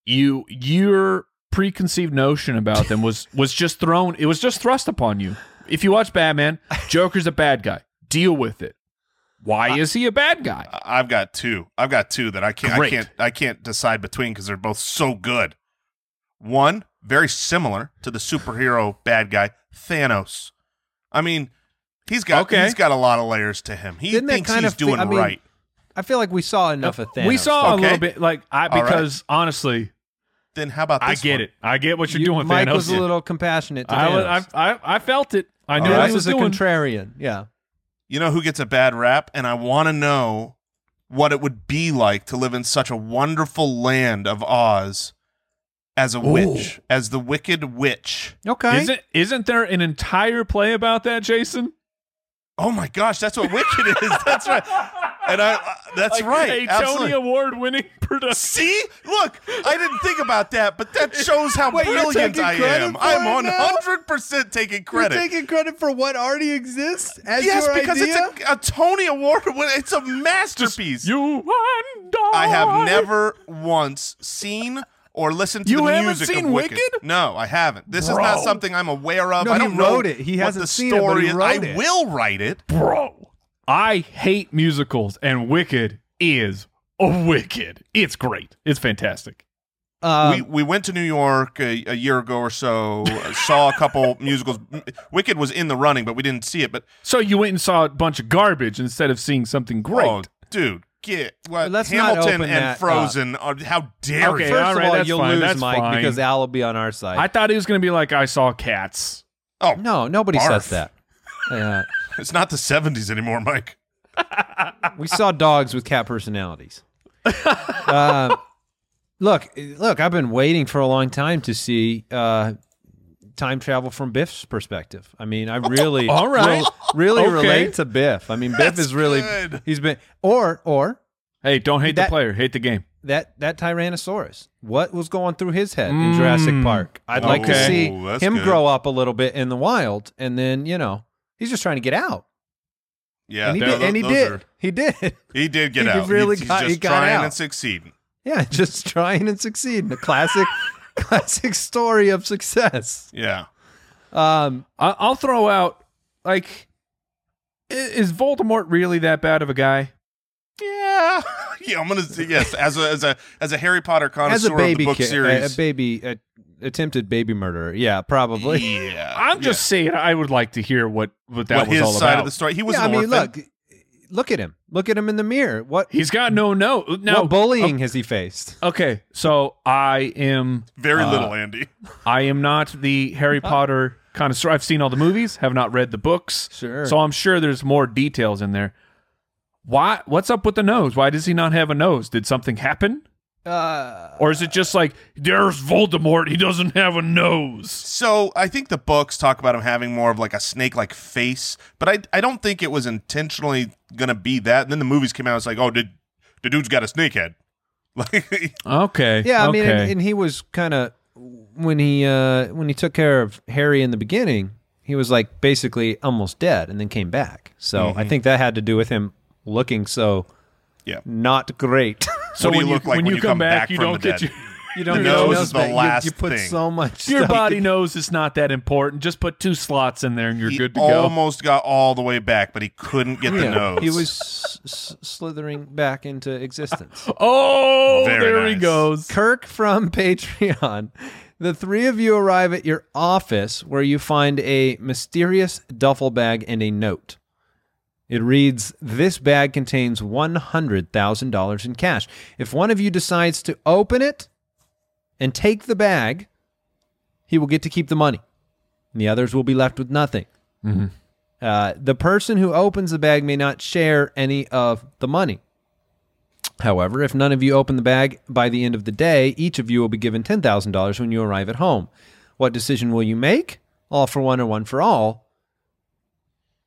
you your preconceived notion about them was was just thrown. It was just thrust upon you. If you watch Batman, Joker's a bad guy. Deal with it. Why is he a bad guy?
I- I've got two. I've got two that I can't.
Great.
I can't. I can't decide between because they're both so good. One very similar to the superhero bad guy Thanos. I mean, he's got
Okay.
he's got a lot of layers to him. He
Didn't that
thinks
kind
he's
of thi-
doing
I mean,
right.
I feel like we saw enough of Thanos.
Uh, we saw
Okay.
a little bit, like I
All right.
because honestly,
Then how about this
I get
one?
it. I get what you're
You-
doing,
Mike
Thanos.
was a little compassionate. To
I, was-
Thanos.
I, I, I felt it. I knew
All
what
right.
he
This
was
is a
doing.
contrarian. Yeah.
You know who gets a bad rap, and I want to know what it would be like to live in such a wonderful land of Oz as a witch, as the wicked witch.
Okay.
Isn't isn't there an entire play about that, Jason?
Oh my gosh, that's what Wicked is. That's right. And I uh, that's
Like,
right.
A
absolutely.
Tony Award winning production.
See? Look, I didn't think about that, but that shows how
Wait, you're
brilliant
taking
I
credit
am.
for
I'm
it
one
now?
hundred percent taking credit.
credit for what already exists as
yes, because it's a, a Tony Award win. It's a masterpiece.
You and
I
I.
have never once seen or listened to
You
the
haven't
music
seen
of Wicked.
Wicked?
No, I haven't. This is not something I'm aware of.
No,
I
he
don't know
wrote it. He
what
hasn't
the
seen it, but
story
he
is.
wrote
I
it.
will write it.
bro. I hate musicals, and Wicked is wicked. It's great. It's fantastic.
Uh,
Um,
we we went to New York a, a year ago or so. uh, saw a couple musicals. M- Wicked was in the running, but we didn't see it. But
So you went and saw a bunch of garbage instead of seeing something great.
oh, dude, get what
Let's not
Hamilton
open
and
that uh,
Frozen. Are, how dare
Okay,
you?
First
all
of
right,
all,
that's
you'll
fine,
lose,
that's
Mike,
fine.
because Al will be on our side.
I thought he was going to be like, I saw cats.
Oh,
no, nobody
Barf.
says that. Yeah.
it's not the '70s anymore, Mike.
we saw dogs with cat personalities. Uh, look, look, I've been waiting for a long time to see uh, time travel from Biff's perspective. I mean, I really,
all right.
really
Okay.
relate to Biff. I mean, Biff
That's
is really
good.
he's been or or
Hey, don't hate
That-
the player, hate the game.
that that Tyrannosaurus. What was going through his head in Jurassic Park? I'd like to
Okay.
see
Mm. Ooh, that's
him
good.
grow up a little bit in the wild, and then you know he's just trying to get out,
Yeah,
and he
tho-
did, and he
those
did,
are-
he did.
he did get
He
out.
really
he's,
got-
he's just
he got
trying
out.
and succeeding.
Yeah, just trying and succeeding. A classic, classic story of success.
Yeah.
Um,
I- I'll throw out like, i- is Voldemort really that bad of a guy?
Yeah. Yeah, I'm gonna say yes. As a as a as a Harry Potter
as
connoisseur
a baby
of the book
ki- a-
series.
a, baby, a, attempted baby murderer. Yeah, probably.
yeah.
I'm just saying I would like to hear what what that
what
was
his
all
side
about.
of the story. He was
yeah,
an
I mean,
orphan.
look, look at him. Look at him in the mirror. What,
He's got no no now.
what bullying has he faced?
okay, so I am
Very
uh,
little, Andy.
I am not the Harry
Uh-huh.
Potter connoisseur. I've seen all the movies, have not read the books.
Sure.
So I'm sure there's more details in there. Why what's up with the nose? Why does he not have a nose? Did something happen?
Uh,
Or is it just like there's Voldemort, he doesn't have a nose?
So I think the books talk about him having more of like a snake-like face, but I I don't think it was intentionally gonna be that. And then the movies came out. It's like, oh, did the dude's got a snake head? Like,
Okay.
yeah, I mean,
okay.
and, and he was kind of when he uh, when he took care of Harry in the beginning, he was like basically almost dead, and then came back. So
Mm-hmm.
I think that had to do with him looking so
Yeah.
not great.
so
What do
when
you look like when you come back
you
from
don't
the
get
dead?
your you don't
The
get
nose
your
is
nose
the
back. You-
last
you, put
thing.
so much.
Your
stuff-
body knows it's not that important. Just put two slots in there and you're
he
good to go.
almost got all the way back, but he couldn't get the nose.
He was s- s- slithering back into existence.
Oh,
Very
there he
nice.
goes.
Kirk from Patreon. The three of you arrive at your office where you find a mysterious duffel bag and a note. It reads This bag contains $100,000 in cash. If one of you decides to open it and take the bag, he will get to keep the money. And the others will be left with nothing. Uh, the person who opens the bag may not share any of the money. However, if none of you open the bag by the end of the day, each of you will be given $10,000 when you arrive at home. What decision will you make? All for one or one for all?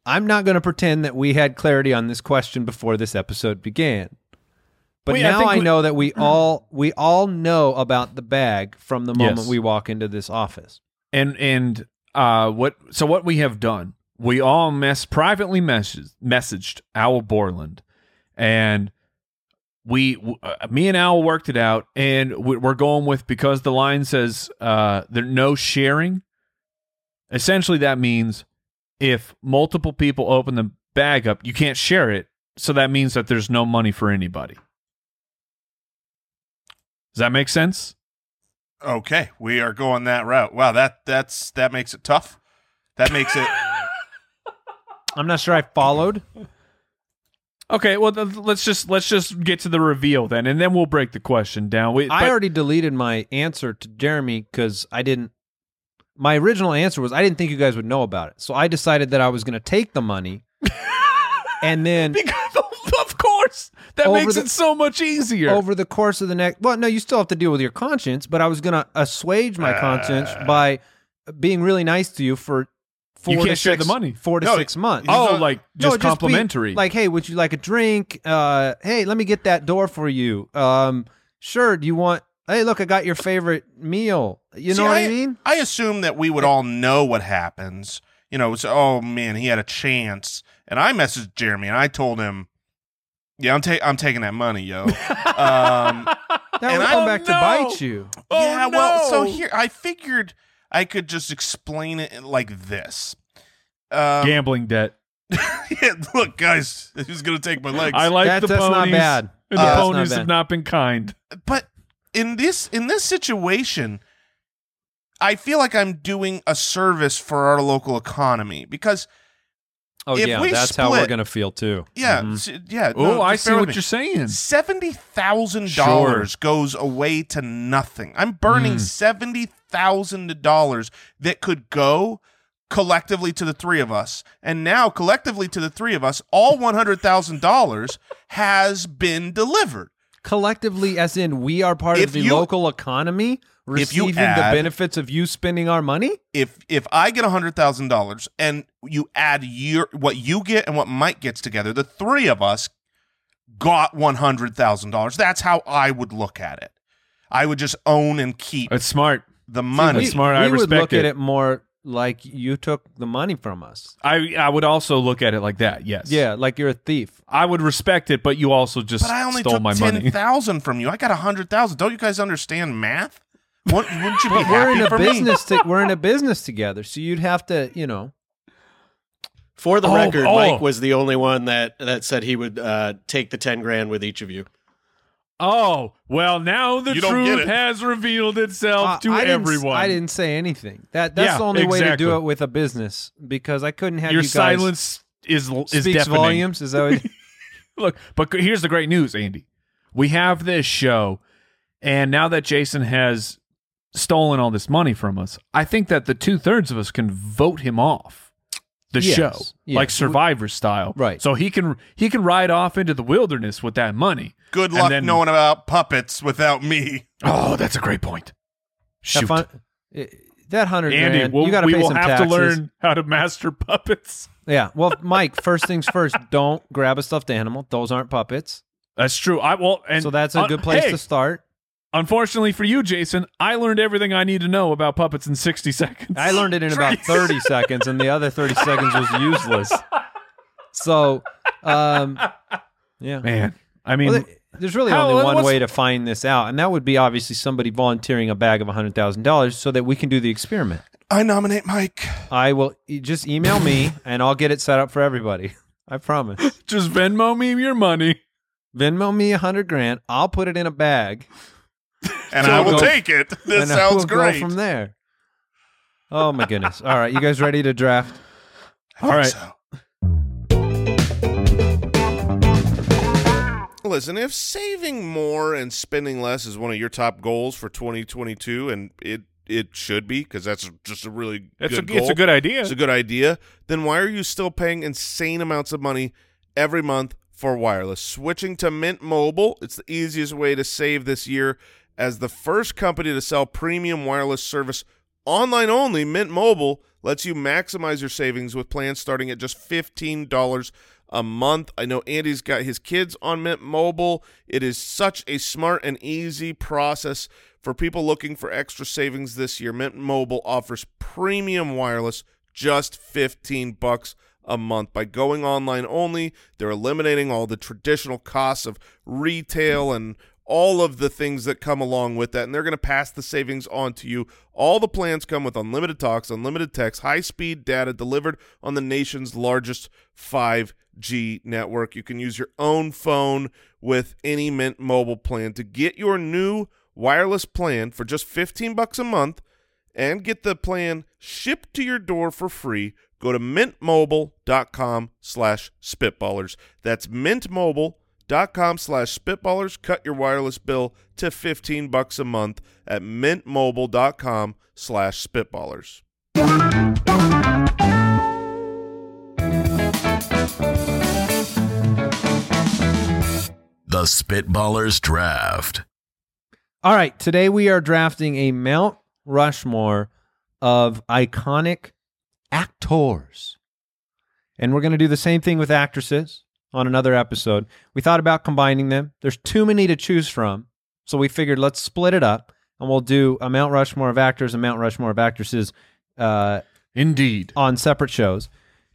I'm not going to pretend that we had clarity on this question before this episode began. But
Wait, I
now
think
I,
we-
know that we all we all know about the bag from the moment
Yes.
we walk into this office.
and and uh what so what we have done we all mess privately messaged messaged owl borland and we w- uh, me and owl worked it out and we- we're going with because the line says uh there no sharing essentially that means if multiple people open the bag up you can't share it so that means that there's no money for anybody does that make sense
okay. We are going that route. Wow, that that's that makes it tough. That makes it.
I'm not sure I followed.
Okay, well th- let's just let's just get to the reveal then, and then we'll break the question down. We,
I
but-
already deleted my answer to Jeremy because I didn't. My original answer was I didn't think you guys would know about it, so I decided that I was going to take the money, and then
because of course that
Over
makes
the-
it so much easier.
over the course of the next, well, no, you still have to deal with your conscience, but I was going to assuage my
Uh,
conscience by being really nice to you for four
can't
to
share
six,
the money.
four to
No,
six months.
he's
oh,
not-
like
No,
just
be
complimentary.
like, hey, would you like a drink? Uh, hey, let me get that door for you. Um, sure. Do you want? Hey, look, I got your favorite meal. You
See,
know what I mean?
I assume that we would all know what happens. You know, it's oh man, he had a chance, and I messaged Jeremy and I told him, "Yeah, I'm taking I'm taking that money, yo." um,
That
And
would
I-
come
Oh,
back to
no.
bite you.
Oh,
yeah, well, so
no.
here I figured I could just explain it like this. Um,
gambling debt.
yeah, look, guys, who's gonna take my legs?
I like
That-
the
that's
ponies.
not bad.
And the
Uh,
That's not
ponies
bad.
have not been kind.
but in this in this situation i feel like i'm doing a service for our local economy because
Oh
If
yeah,
we
that's how we're
split-
gonna feel too.
yeah
Mhm.
s- yeah
Oh, I see what you're saying.
Seventy thousand dollars
Sure.
goes away to nothing. I'm burning
Mm.
seventy thousand dollars that could go collectively to the three of us, and now collectively to the three of us, all one hundred thousand dollars has been delivered.
Collectively, as in we are part
If
of the
you-
local economy,
if you
receiving
add-
the benefits of you spending our money.
if if I get hundred thousand dollars and you add your what you get and what Mike gets together, the three of us got one hundred thousand dollars. That's how I would look at it. I would just own and keep
It's smart.
the
we
money.
That's smart.
we
I
would
respect
look
it.
at it more like you took the money from us.
I I would also look at it like that. Yes.
Yeah, like you're a thief.
I would respect it, but you also just
But I only
stole
took
my money.
ten thousand from you. I got a hundred thousand. Don't you guys understand math? What, wouldn't you be
We're
happy
in a
for me?
business. To, we're in a business together, so you'd have to, you know.
For the
Oh,
record,
oh.
Mike was the only one that that said he would uh, take the ten grand with each of you.
Oh well, now the
You don't get
truth
it.
has revealed itself
Uh,
to
I didn't s-
everyone.
I didn't say anything. That that's
Yeah,
the only way to
exactly.
do it with a business because I couldn't have
Your
you guys
silence is l- is
speaks
deafening.
volumes. Is that what,
Look, but c- here's the great news, Andy. We have this show, and now that Jason has stolen all this money from us, I think that the two thirds of us can vote him off the
Yes,
show,
yes.
like Survivor style,
Right.
So he can he can ride off into the wilderness with that money.
Good
And
luck
then-
knowing about puppets without me.
Oh, that's a great point. Shoot.
that, fun, that hundred
Andy,
grand,
we'll,
you got
we
pay
will
some
have
taxes.
to learn how to master puppets.
Yeah. Well, Mike, first things first, don't grab a stuffed animal. Those aren't puppets.
That's true. I will. And
so that's a
uh,
good place
hey,
to start.
Unfortunately for you, Jason, I learned everything I need to know about puppets in 60 seconds.
I learned it in about 30 seconds, and the other 30 seconds was useless. So, um, yeah.
Man, I mean,
Well, there- there's really
how-
only one
what's-
way to find this out, and that would be obviously somebody volunteering a bag of $100,000 so that we can do the experiment.
I nominate Mike.
I will e- just email me, and I'll get it set up for everybody. I promise.
just Venmo me your money.
Venmo me a hundred grand. I'll put it in a bag.
And
So
I will
we'll-
take it. This
and uh,
sounds
we'll
great.
Go from there. Oh my goodness! All right, you guys ready to draft?
All right.
Listen, if saving more and spending less is one of your top goals for 2022, and it it should be because that's just a really
It's
good
a,
goal.
it's a good idea.
It's a good idea. Then why are you still paying insane amounts of money every month for wireless? Switching to Mint Mobile, it's the easiest way to save this year. As the first company to sell premium wireless service online only, Mint Mobile lets you maximize your savings with plans starting at just $15 a month. I know Andy's got his kids on Mint Mobile. It is such a smart and easy process for people looking for extra savings this year. Mint Mobile offers premium wireless just 15 bucks a month by going online only. They're eliminating all the traditional costs of retail and all of the things that come along with that and they're going to pass the savings on to you. All the plans come with unlimited talks, unlimited text, high-speed data delivered on the nation's largest 5G network. You can use your own phone with any Mint mobile plan to get your new wireless plan for just 15 bucks a month and get the plan shipped to your door for free go to mintmobile.com slash spitballers that's mintmobile.com slash spitballers cut your wireless bill to 15 bucks a month at mintmobile.com slash spitballers
The Spitballers Draft.
All right, today we are drafting a Mount Rushmore of iconic actors, and we're going to do the same thing with actresses on another episode. We thought about combining them. There's too many to choose from, so we figured let's split it up, and we'll do a Mount Rushmore of actors and Mount Rushmore of actresses. Uh,
Indeed.
on separate shows.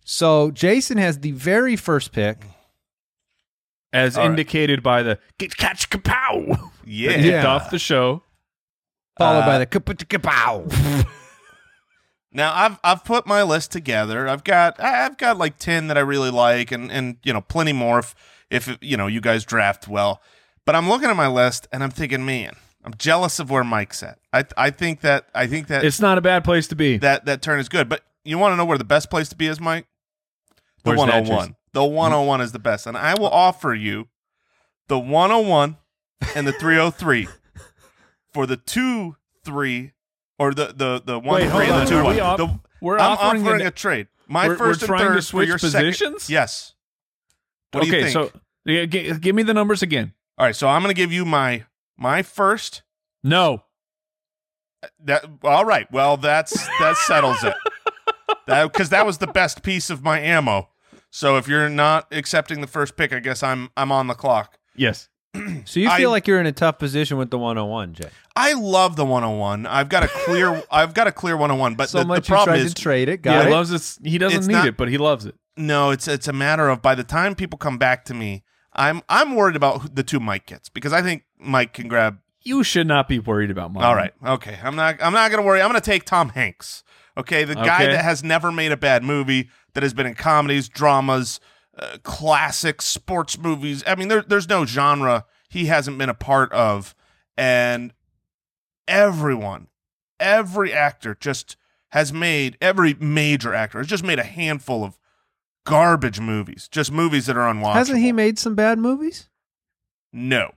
So Jason has the very first pick.
As
All right.
indicated by the get catch kapow.
yeah,
Get off the show.
Followed
Uh,
by the kapow.
Now I've I've put my list together. I've got I- I've got like ten that I really like, and and you know plenty more if if you know you guys draft well. But I'm looking at my list and I'm thinking, man, I'm jealous of where Mike's at. I I think that I think that
It's not a bad place to be.
that that turn is good. But you want to know where the best place to be is, Mike? The
Where's that,
101.
Jason?
The 101 is the best, and I will offer you the 101 and the 303 for the two three or the the the one
Wait,
three
hold
and the
on.
two
Are
one.
we off-
The-
We're
I'm
offering,
offering
an-
a trade. My
we're-
1st
we're
and
trying to
third for
switch
your
positions?
Second. Yes. What
okay,
do you think?
so yeah, g- give me the numbers again.
All right, so I'm going to give you my my first.
No.
That all right. Well, that's that settles it. That because that was the best piece of my ammo. So if you're not accepting the first pick, I guess I'm I'm on the clock.
Yes.
So you feel
I-
like you're in a tough position with the 101, Jay.
I love the 101. I've got a clear. I've got a clear 101. But
So
the,
much
the
you
problem
tried
is
to trade it.
yeah,
Got
he
it.
loves it. He doesn't
It's
need
not-
it, but he loves it.
no. It's it's a matter of by the time people come back to me, I'm I'm worried about who- the two Mike gets because I think Mike can grab.
You should not be worried about mine.
All right, okay. I'm not. I'm not gonna worry. I'm gonna take Tom Hanks. Okay, the guy
Okay.
that has never made a bad movie, that has been in comedies, dramas, uh, classics, sports movies. I mean, there, there's no genre he hasn't been a part of, and everyone, every actor just has made every major actor has just made a handful of garbage movies, just movies that are unwatchable.
Hasn't he made some bad movies?
No.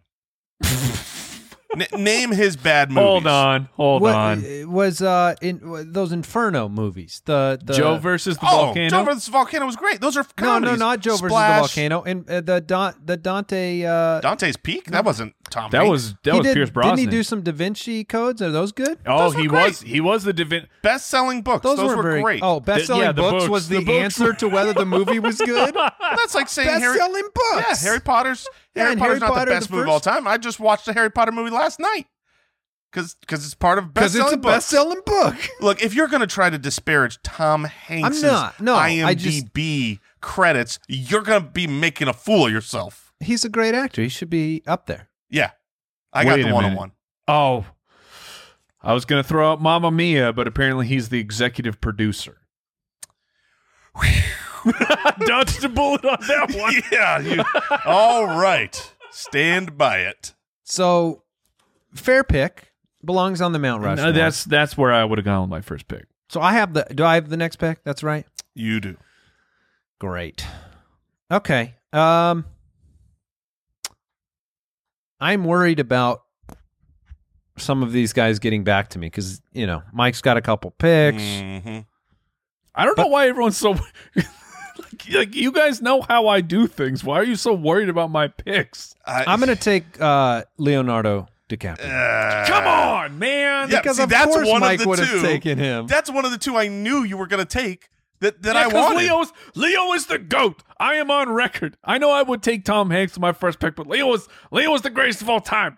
N- name his bad movies.
Hold on. Hold
What-
on.
uh, Was uh in w- those Inferno movies? The, the
Joe versus the
oh,
volcano.
Joe versus the volcano was great. Those are
No,
comedies.
no, not Joe
Splash,
versus the volcano. And uh, the Don, the Dante. Uh,
Dante's Peak. That wasn't Tom.
that
Hanks.
was that
he
was
did,
Pierce
Didn't
Brosnan.
he do some Da Vinci codes? Are those good?
oh,
Those were
he
great.
was he was the divin.
best-selling books. Those, were,
very,
great.
Oh, best-selling
yeah, the
books,
books.
was the,
The books
answer to whether the movie was good.
that's like saying Harry.
best-selling
Yeah,
books.
Harry Potter's
Yeah,
Harry
and
Potter's
Harry
not
Potter,
the best
the
movie of all time. I just watched the Harry Potter movie last night because it's part of
because it's a
best-selling books.
best-selling book.
Look, if you're going to try to disparage Tom Hanks'
not. No,
IMDb
I just-
credits, you're going to be making a fool of yourself.
He's a great actor. He should be up there.
Yeah, I
Wait
got
a
the one on
minute.
one.
Oh, I was gonna throw out Mamma Mia, but apparently he's the executive producer. Dodged a bullet on that one.
Yeah, you, all right. Stand by it.
So, fair pick belongs on the Mount
uh,
Rushmore.
No, that's that's where I would have gone with my first pick.
so. I have the. Do I have the next pick? That's right.
You do.
Great. Okay. Um I'm worried about some of these guys getting back to me cuz you know, Mike's got a couple picks.
Mhm.
I don't know why everyone's so like, like you guys know how I do things. Why are you so worried about my picks?
I,
I'm going to take uh Leonardo DiCaprio.
Uh,
Come on, man.
Yeah,
because
see,
of
that's
course
one
Mike
of the
would
two.
have taken him.
That's one of the two I knew you were going to take that, that
Yeah,
I
'cause
wanted.
Leo's Leo is the goat. I am on record. I know I would take Tom Hanks with my first pick, but Leo is Leo is the greatest of all time.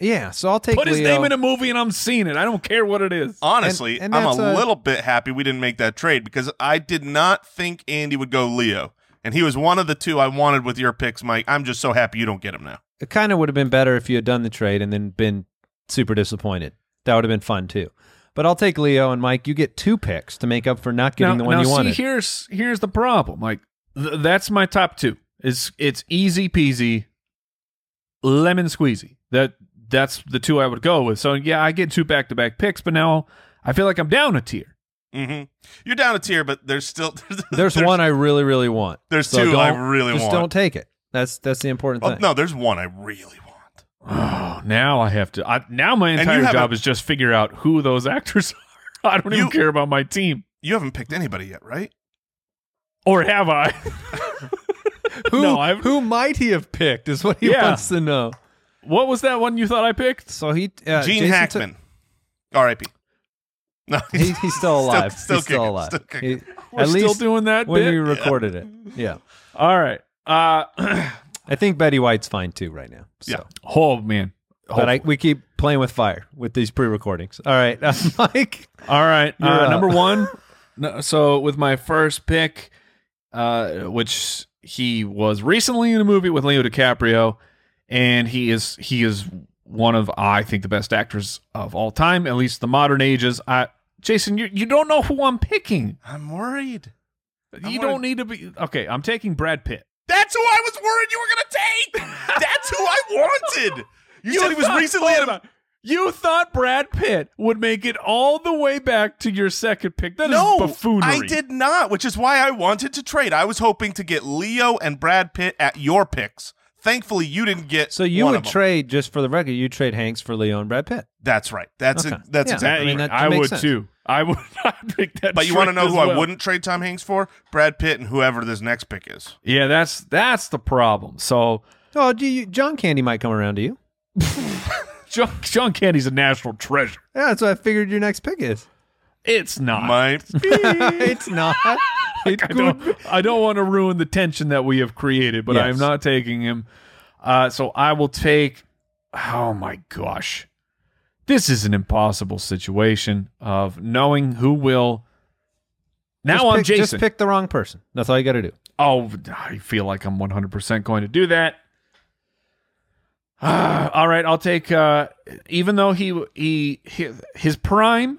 yeah, so I'll take
Put his
Leo.
name in a movie and I'm seeing it. I don't care what it is.
Honestly,
And- and
I'm
that's
a
a-
little bit happy we didn't make that trade because I did not think Andy would go Leo. And he was one of the two I wanted with your picks, Mike. I'm just so happy you don't get him now.
it kind of would have been better if you had done the trade and then been super disappointed. That would have been fun too. But I'll take Leo and Mike. You get two picks to make up for not getting
now,
the one
now
you
see,
wanted.
here's here's the problem. Like th- that's my top two. It's it's easy peasy, lemon squeezy. That that's the two I would go with. So yeah, I get two back to back picks, but now I feel like I'm down a tier.
hmm You're down a tier, but there's still there's,
There's, one I really, really want.
there's
So
two I
don't-
really
just
want.
don't take it. That's that's the important
Well,
thing.
Oh, no, there's one I really want.
Oh, now I have to. I, now my
you
entire
haven't-
job is just figure out who those actors are. I don't
You-
even care about my team,
You haven't picked anybody yet, right?
or have I?
Who
no, I've-
who might he have picked is what he
Yeah.
wants to know.
what was that one you thought I picked?
So he uh,
Gene
Jason took-
Hackman, R.I.P. No,
he, he's still alive.
still
he's still
kicking,
alive.
still kicking.
He-
We're
at
still
least
doing that
when
bit.
we recorded it. Yeah,
All right. Uh,
I think Betty White's fine too right now. So.
Yeah.
oh man.
But I, we keep playing with fire with these pre-recordings. All right, uh, Mike.
All right.
You're
Uh,
up.
number one. No, so with my first pick, uh, which he was recently in a movie with Leo DiCaprio, and he is he is one of I think the best actors of all time, at least the modern ages. I Jason, you you don't know who I'm picking.
I'm worried.
you
gonna-
don't need to be okay. I'm taking Brad Pitt.
That's who I was worried you were gonna take. That's who I wanted. You, said he was
thought-
recently in
hold
a
on. You thought Brad Pitt would make it all the way back to your second pick. That is buffoonery.
I did not, which is why I wanted to trade. I was hoping to get Leo and Brad Pitt at your picks. Thankfully, you didn't get.
So you
one
would
of 'em.
trade just for the record. You trade Hanks for Leo and Brad Pitt.
That's right. That's
Okay.
that's
Yeah.
exactly.
I mean,
right.
that-
I
makes
would
sense.
too. I would not pick that.
But you want to
trick
know
as
who I
well.
wouldn't trade Tom Hanks for? Brad Pitt and whoever this next pick is.
Yeah, that's that's the problem. So
Oh, do you, John Candy might come around to you.
John, John Candy's a national treasure.
Yeah, that's what I figured your next pick is.
It's
Ah.
not.
Might be.
it's not. It
I don't, I don't want to ruin the tension that we have created, but I am
Yes.
not taking him. Uh, so I will take. Oh my gosh, this is an impossible situation of knowing who will. Now
Just
I'm
pick,
Jason.
Just pick the wrong person. That's all you got to do.
Oh, I feel like I'm 100% going to do that. Ah, all right, I'll take. Uh, even though he he his, his prime.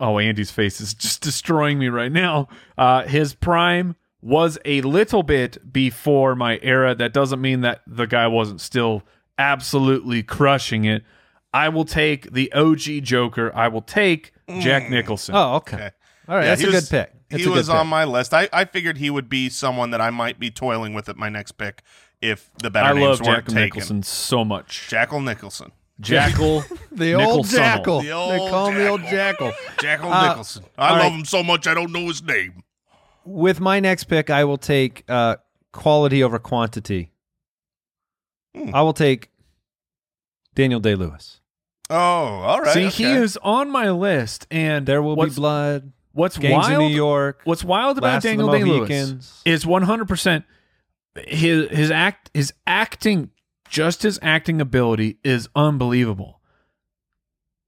Oh, Andy's face is just destroying me right now. Uh, his prime was a little bit before my era. That doesn't mean that the guy wasn't still absolutely crushing it. I will take the OG Joker. I will take
Mm.
Jack Nicholson.
Oh, okay.
Okay.
All right, that's
he
a
was-
good pick. That's
he
a good
was um,
pick.
on my list. I, I figured he would be someone that I might be toiling with at my next pick if the better
I
names
love Jack
weren't taken.
Nicholson so much.
Jackal Nicholson.
Jackal.
the old
Nicholson.
jackal.
The old
they call him the old
jackal.
jackal.
Jackal
Uh,
Nicholson. I
all
love
right.
him so much I don't know his name.
With my next pick, I will take uh, quality over quantity.
Hmm.
I will take Daniel Day Lewis.
Oh, all right.
See,
okay.
he is on my list, and
There will
what's,
be blood.
What's
Gangs
wild?
in New York.
What's wild about
Last of the
Daniel Day Lewis
Mohicans.
is one hundred percent his his act his acting just his acting ability is unbelievable.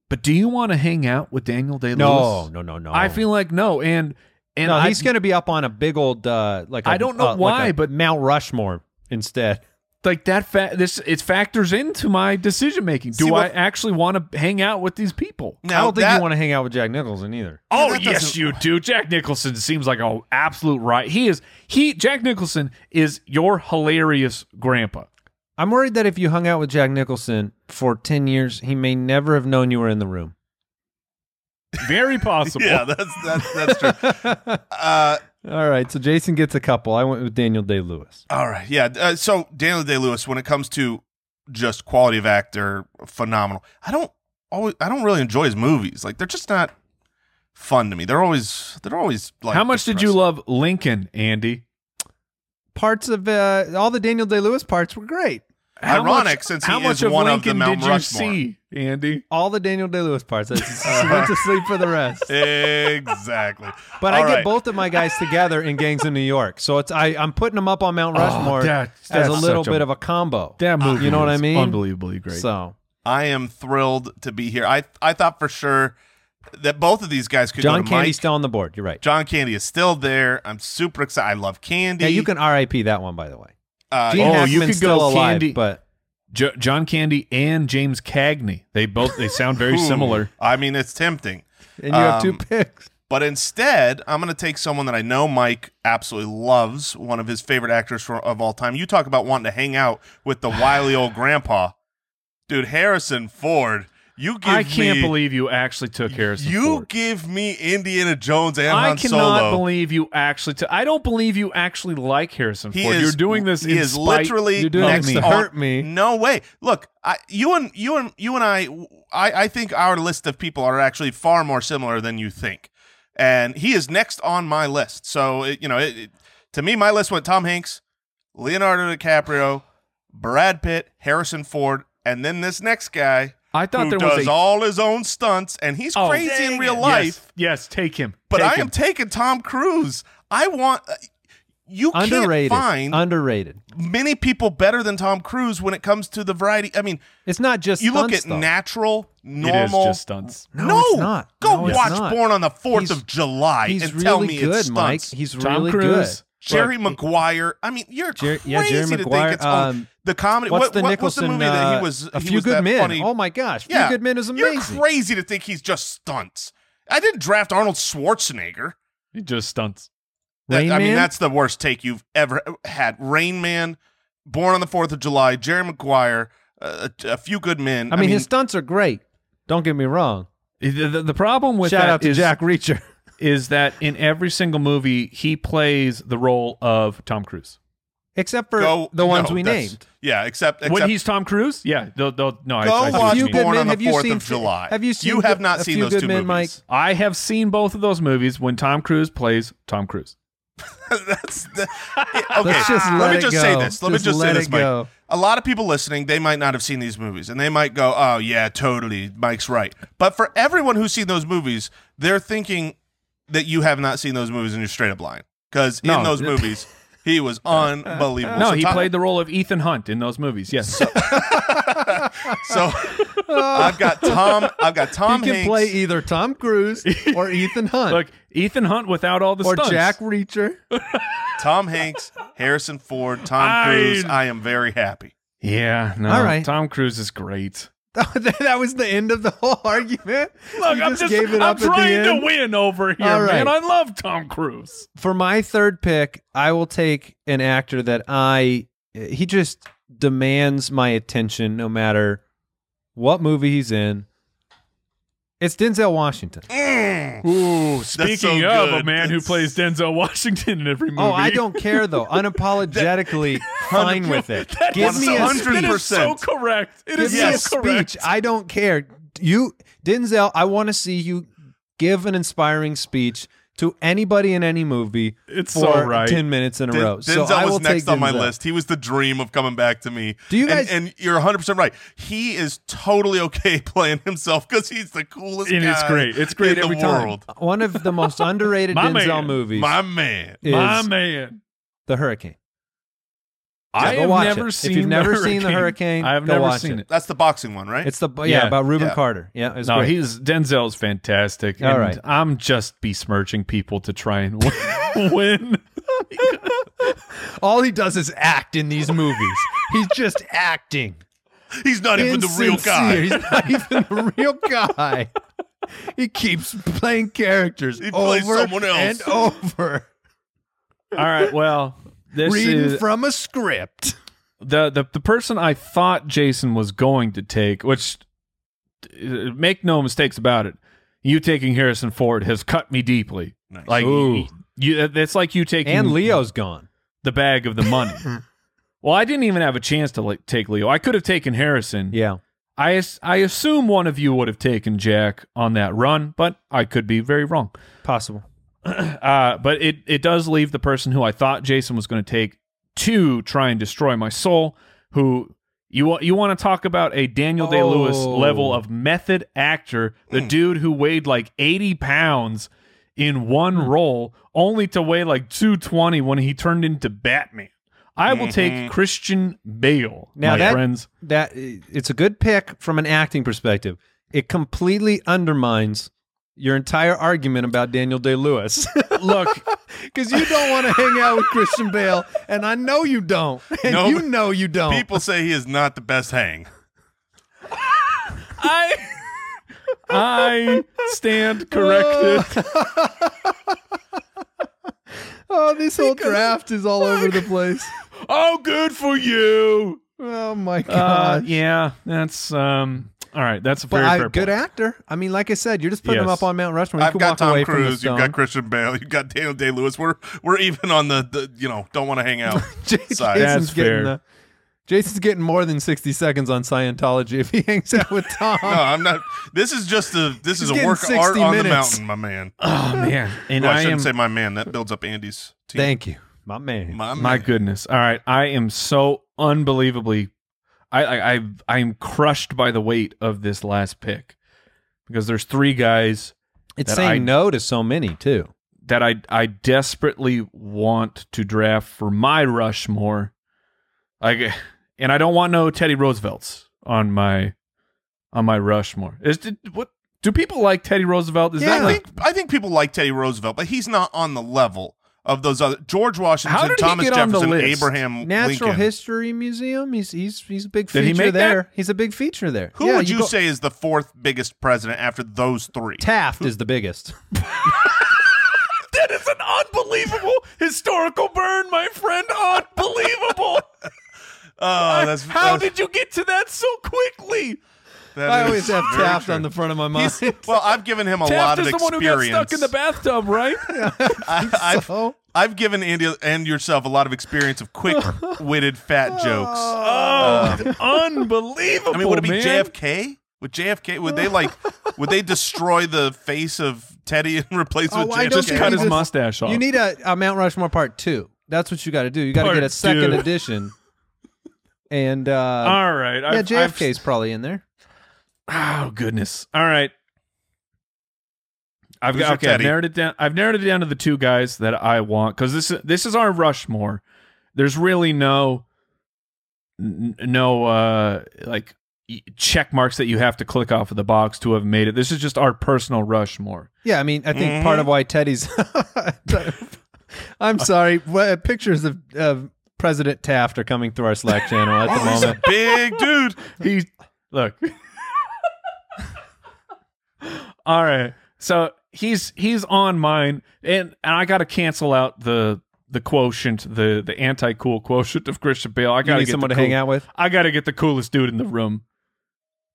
But do you want to hang out with Daniel Day Lewis?
no, no, no, no.
I feel like no, and and
no,
I,
he's going to be up on a big old uh, like I
I don't know why, but-
Mount Rushmore instead.
like that. Fa- this it factors into my decision making. Do
See,
I
what-
actually want to hang out with these people?
Now
I don't think
that-
you want to hang out with Jack Nicholson either.
Yeah,
Oh
that
yes,
doesn't-
you do. Jack Nicholson seems like an absolute right. He is he. Jack Nicholson is your hilarious grandpa.
I'm worried that if you hung out with Jack Nicholson for ten years, he may never have known you were in the room.
Very possible.
Yeah, that's that's that's true. uh,
All right, so Jason gets a couple. I went with Daniel Day Lewis.
all right, yeah. Uh, so Daniel Day Lewis, when it comes to just quality of actor, phenomenal. I don't always, I don't really enjoy his movies. Like they're just not fun to me. They're always, they're always like.
How much did you
depressing.
love Lincoln, Andy?
Parts of uh, all the Daniel Day Lewis parts were great.
How
Ironic,
much,
since
how
he
much
is
of
one of the
Lincoln
Mount
did you
Rushmore.
see, Andy?
All the Daniel Day Lewis parts. I just went to sleep for the rest.
Exactly.
But
All
I
right.
get both of my guys together in gangs in New York, so it's I, I'm putting them up on Mount
Oh,
Rushmore
that-
as
that's
a little
such a-
bit of a combo.
That movie,
Uh, you know what
is
I mean?
Unbelievably great.
So
I am thrilled to be here. I I thought for sure that both of these guys could
John
go to
Candy's
Mike.
still on the board. You're right.
John Candy is still there. I'm super excited. I love Candy.
Yeah, you can RIP that one, by the way.
Uh,
Gene
Oh, you
Hackman's
could go
still alive,
Candy-
but
Jo- John Candy and James Cagney. They both they sound very
ooh,
similar.
I mean, it's tempting.
and you have two
Um,
picks.
But instead, I'm going to take someone that I know Mike absolutely loves, one of his favorite actors for, of all time. You talk about wanting to hang out with the wily old grandpa, dude. Harrison Ford. You give
I can't
me,
believe you actually took Harrison.
you
Ford.
give me Indiana Jones and
I
Han
cannot
Solo.
believe you actually. I I don't believe you actually like Harrison
He
Ford.
is-
You're doing this.
He
in
is
spite
literally
You're doing
of
next
me.
to
on-
hurt me.
No way. Look, I, you and you and you and I, I, I think our list of people are actually far more similar than you think. And he is next on my list. So it, you know, it, it- to me, my list went Tom Hanks, Leonardo DiCaprio, Brad Pitt, Harrison Ford, and then this next guy
I thought
who
there was
does
a
all his own stunts, and he's
Oh,
crazy in
dang
real
it.
life.
Yes, yes, take him.
But
Take
I
him.
am taking Tom Cruise. I want. uh, You
Underrated.
can't find
Underrated.
many people better than Tom Cruise when it comes to the variety. I mean,
It's not just
you look at
stunts, though.
natural, normal.
it is just stunts.
No, it's not.
Go
No, it's
watch
not.
Born on the Fourth
He's-
of July
He's
and
really
tell me
good,
it's
Mike.
stunts.
He's
Tom
really
Cruise.
Jerry
Look,
Maguire. I mean, you're
Jer-
crazy
yeah, Jerry
to think
Maguire,
it's all-
um,
the comedy.
good. What's
what,
the
what-
Nicholson?
What's the movie that
uh,
he was?
a
he
few
was
good
that
men.
funny-
Oh my gosh, few
Yeah.
good men is
You're
amazing.
crazy to think he's just stunts. I didn't draft Arnold Schwarzenegger.
It just stunts.
That-
Rain
I mean,
Man?
that's the worst take you've ever had. Rain Man, Born on the Fourth of July, Jerry Maguire, uh, a, a few good men.
I mean, his stunts are great. Don't get me wrong.
The, the- the problem with
Shout
that
out to
is-
Jack Reacher.
is that in every single movie he plays the role of Tom Cruise.
Except for
go
the ones
no,
we
that's-
named.
Yeah, except, except
when he's Tom Cruise, yeah, they'll- they'll- no, I-
Go
I, see what
watch
you
Born
mean.
on the
have you
4th
seen
of July.
Have you seen?
You have
Good-
not
a
seen
Few
those
good
two
men, Mike.
movies.
I have seen both of those movies when Tom Cruise plays Tom Cruise.
that's the, okay.
Let's just
let,
let
me
it
just say
go.
this. Let me
Just
just say
let
this,
it
Mike.
go.
A lot of people listening, they might not have seen these movies, and they might go, "Oh yeah, totally, Mike's right." But for everyone who's seen those movies, they're thinking that you have not seen those movies and you're straight up lying because in
No.
those movies He was unbelievable.
No,
So
he
Tom-
played the role of Ethan Hunt in those movies. Yes.
So I've got Tom. I've got Tom
he can
Hanks.
play e- either Tom Cruise or Ethan Hunt
Look, Ethan Hunt without all the
or
stunts.
Jack Reacher.
Tom Hanks, Harrison Ford, Tom
I-
Cruise. I am very happy.
Yeah, no.
All right.
Tom Cruise is great.
that was the end of the whole argument.
Look,
you
I'm
just, gave it
I'm
up at the
trying
end.
to win over here,
All right.
man. I love Tom Cruise.
For my third pick, I will take an actor that I he just demands my attention no matter what movie he's in. It's Denzel Washington. Mm.
Ooh, speaking
so
of a
good.
man who
That's-
plays Denzel Washington in every movie.
Oh, I don't care though. Unapologetically fine with it.
That
Give
is
me
so,
a
that
speech.
is so
100%.
correct. It
Give
is
me
so
a
correct.
speech. I don't care. You Denzel, I want to see you give an inspiring speech to anybody in any movie
It's
for
so right.
ten minutes in a
Den-
row.
Denzel
so I will
was next
take
on my
Denzel.
list. He was the dream of coming back to me.
Do you
And-
guys-
And, you're 100 percent right. He is totally okay playing himself because he's the coolest.
And it's
guy
great. It's great
in
every
the
time.
world.
One of the most underrated
My
Denzel
man.
movies
My man.
is
My man.
The Hurricane.
I
go
have
watch
never
it.
seen
if you've
The
never seen
Hurricane,
The Hurricane,
I have
go
never
watch
seen it.
That's the boxing one, right?
It's the yeah,
Yeah.
about Reuben
Yeah.
Carter. Yeah, it's
No,
great.
he's Denzel's fantastic.
All
and
right.
I'm just besmirching people to try and win. win.
all he does is act in these movies. he's just acting.
he's not even the real
Insincere.
guy.
He's not even the real guy. He keeps playing characters
He
over
plays someone else.
and over,
All right. Well, this
reading
is
from a script.
the, the the person I thought Jason was going to take, which uh, make no mistakes about it, you taking Harrison Ford has cut me deeply.
Nice.
Like
Ooh.
you, uh, it's like you taking
And Leo's gone.
the bag of the money. well, I didn't even have a chance to like, take Leo. I could have taken Harrison.
Yeah.
I as- I assume one of you would have taken Jack on that run, but I could be very wrong.
Possible.
Uh, but it it does leave the person who I thought Jason was going to take to try and destroy my soul. Who you wa- you want to talk about a Daniel Day Lewis
Oh. Hmm.
level of method actor? The dude who weighed like eighty pounds in one
Hmm.
role, only to weigh like two twenty when he turned into Batman. I will take Christian Bale,
Mm-hmm. Now
my
that-
friends.
That it's a good pick from an acting perspective. It completely undermines your entire argument about Daniel Day Lewis.
Look,
Because you don't want to hang out with Christian Bale, and I know you don't. And
No,
you know you don't.
People say he is not the best hang.
I I stand corrected.
oh, this whole draft is all over the place.
Oh, good for you.
Oh my
Uh,
god.
yeah, that's um. All right, that's a
but
very
I,
fair
good
point.
actor. I mean, like I said, you're just putting him
Yes.
up on Mount Rushmore. You
I've
can
got
walk
Tom
away from the
Cruise. You've
stone.
got Christian Bale. You've got Daniel Day Lewis. We're we're even on the, the you know don't want to hang out. side.
Jason's
That's
getting
fair.
the- Jason's getting more than sixty seconds on Scientology if he hangs out with Tom.
No, I'm not. This is just a this is a
getting
work of art
60
on the
minutes.
mountain, my man.
Oh man, and
No, I,
I,
shouldn't
am
say my man. That builds up Andy's team.
Thank you, my man.
my man.
my goodness. All right, I am so unbelievably, I I I I am crushed by the weight of this last pick because there's three guys
It's
That
saying
I-
no to so many too.
that I I desperately want to draft for my Rushmore. Like, and I don't want no Teddy Roosevelt's on my on my Rushmore. Is did, what do people like Teddy Roosevelt? Is
I
that like
think I think people like Teddy Roosevelt, but he's not on the level of those other George Washington,
How did he
Thomas
get on the
Jefferson,
list?
Abraham
Natural
Lincoln.
History Museum. He's he's he's a big
Did
feature
he make that?
there. He's a big feature there.
Who
Yeah,
would you,
go-
say is the fourth biggest president after those three?
Taft is the biggest.
That is an unbelievable historical burn, my friend. Unbelievable.
oh, that's
How
that's-
did you get to that so quickly?
that
I
is
always have
very
Taft
true.
on the front of my mind.
He's- well, I've given him a lot
Taft
of
is the one who got
experience.
stuck in the bathtub, right?
I, have
so.
I've given Andy and yourself a lot of experience of quick-witted fat jokes.
uh,
Oh, unbelievable!
Uh. I mean, would it be
man.
JFK? Would JFK? Would they like? would they destroy the face of Teddy and replace it
Oh,
with
I
JFK?
don't
Just cut
You
his
just-
mustache off.
You need a, a Mount Rushmore part two. That's what you got to do. You got to
Part
get a second
two.
edition. And uh,
All right.
yeah,
I've- I've-
JFK's probably in there.
Oh goodness! All right. I've
Who's
got
your
okay. I've
Teddy?
narrowed it down. I've narrowed it down to the two guys that I want because this is this is our Rushmore. There's really no n- no uh like y- check marks that you have to click off of the box to have made it. This is just our personal Rushmore.
Yeah, I mean, I think part
Mm-hmm.
of why Teddy's. I'm sorry. wha- Pictures of, of President Taft are coming through our Slack channel at the
He's a
moment.
big dude.
He look. All right. So he's he's on mine and, and I gotta cancel out the the quotient, the the anti cool quotient of Christian Bale. I
You
gotta
need
get
someone
the
to hang
cool-
out with.
I gotta get the coolest dude in the room.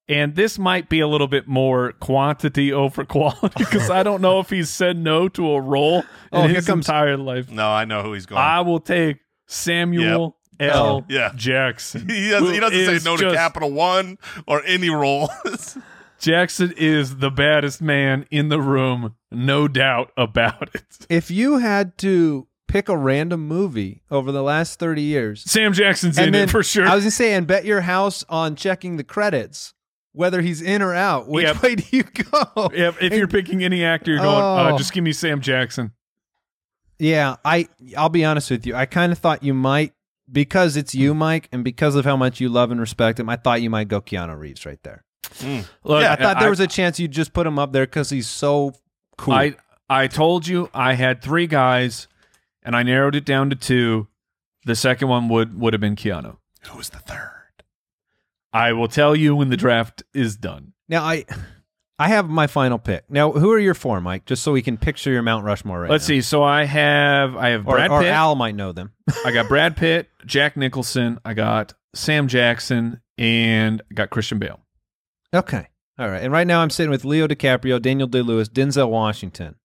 And this might be a little bit more quantity over quality because I don't know if he's said no to a role in
Oh, here
his
comes-
entire life.
No, I know who he's going.
I will take Samuel
Oh,
L.
Yeah.
Jackson.
he doesn't, he
who
doesn't
is
say no to
just-
Capital One or any role.
Jackson is the baddest man in the room, no doubt about it.
If you had to pick a random movie over the last 30 years,
Sam Jackson's in it for sure.
I was going to say, and bet your house on checking the credits, whether he's in or out, which
Yep.
way do you go?
if, if you're picking any actor, you're going,
Oh.
uh, just give me Sam Jackson.
Yeah, I I'll be honest with you. I kind of thought you might because it's you, Mike, and because of how much you love and respect him. I thought you might go Keanu Reeves right there.
Look,
I thought there was a chance you'd just put him up there because he's so cool.
I I told you I had three guys, and I narrowed it down to two. The second one would would have been Keanu.
who was the third?
I will tell you when the draft is done.
now I I have my final pick. Now, who are your four, Mike? Just so we can picture your Mount Rushmore right
Let's
now.
see. So I have I have
Or,
Brad
or
Pitt.
Al might know them.
I got Brad Pitt, Jack Nicholson. I got Sam Jackson, and I got Christian Bale.
Okay. All right. And right now I'm sitting with Leo DiCaprio, Daniel Day Lewis, Denzel Washington.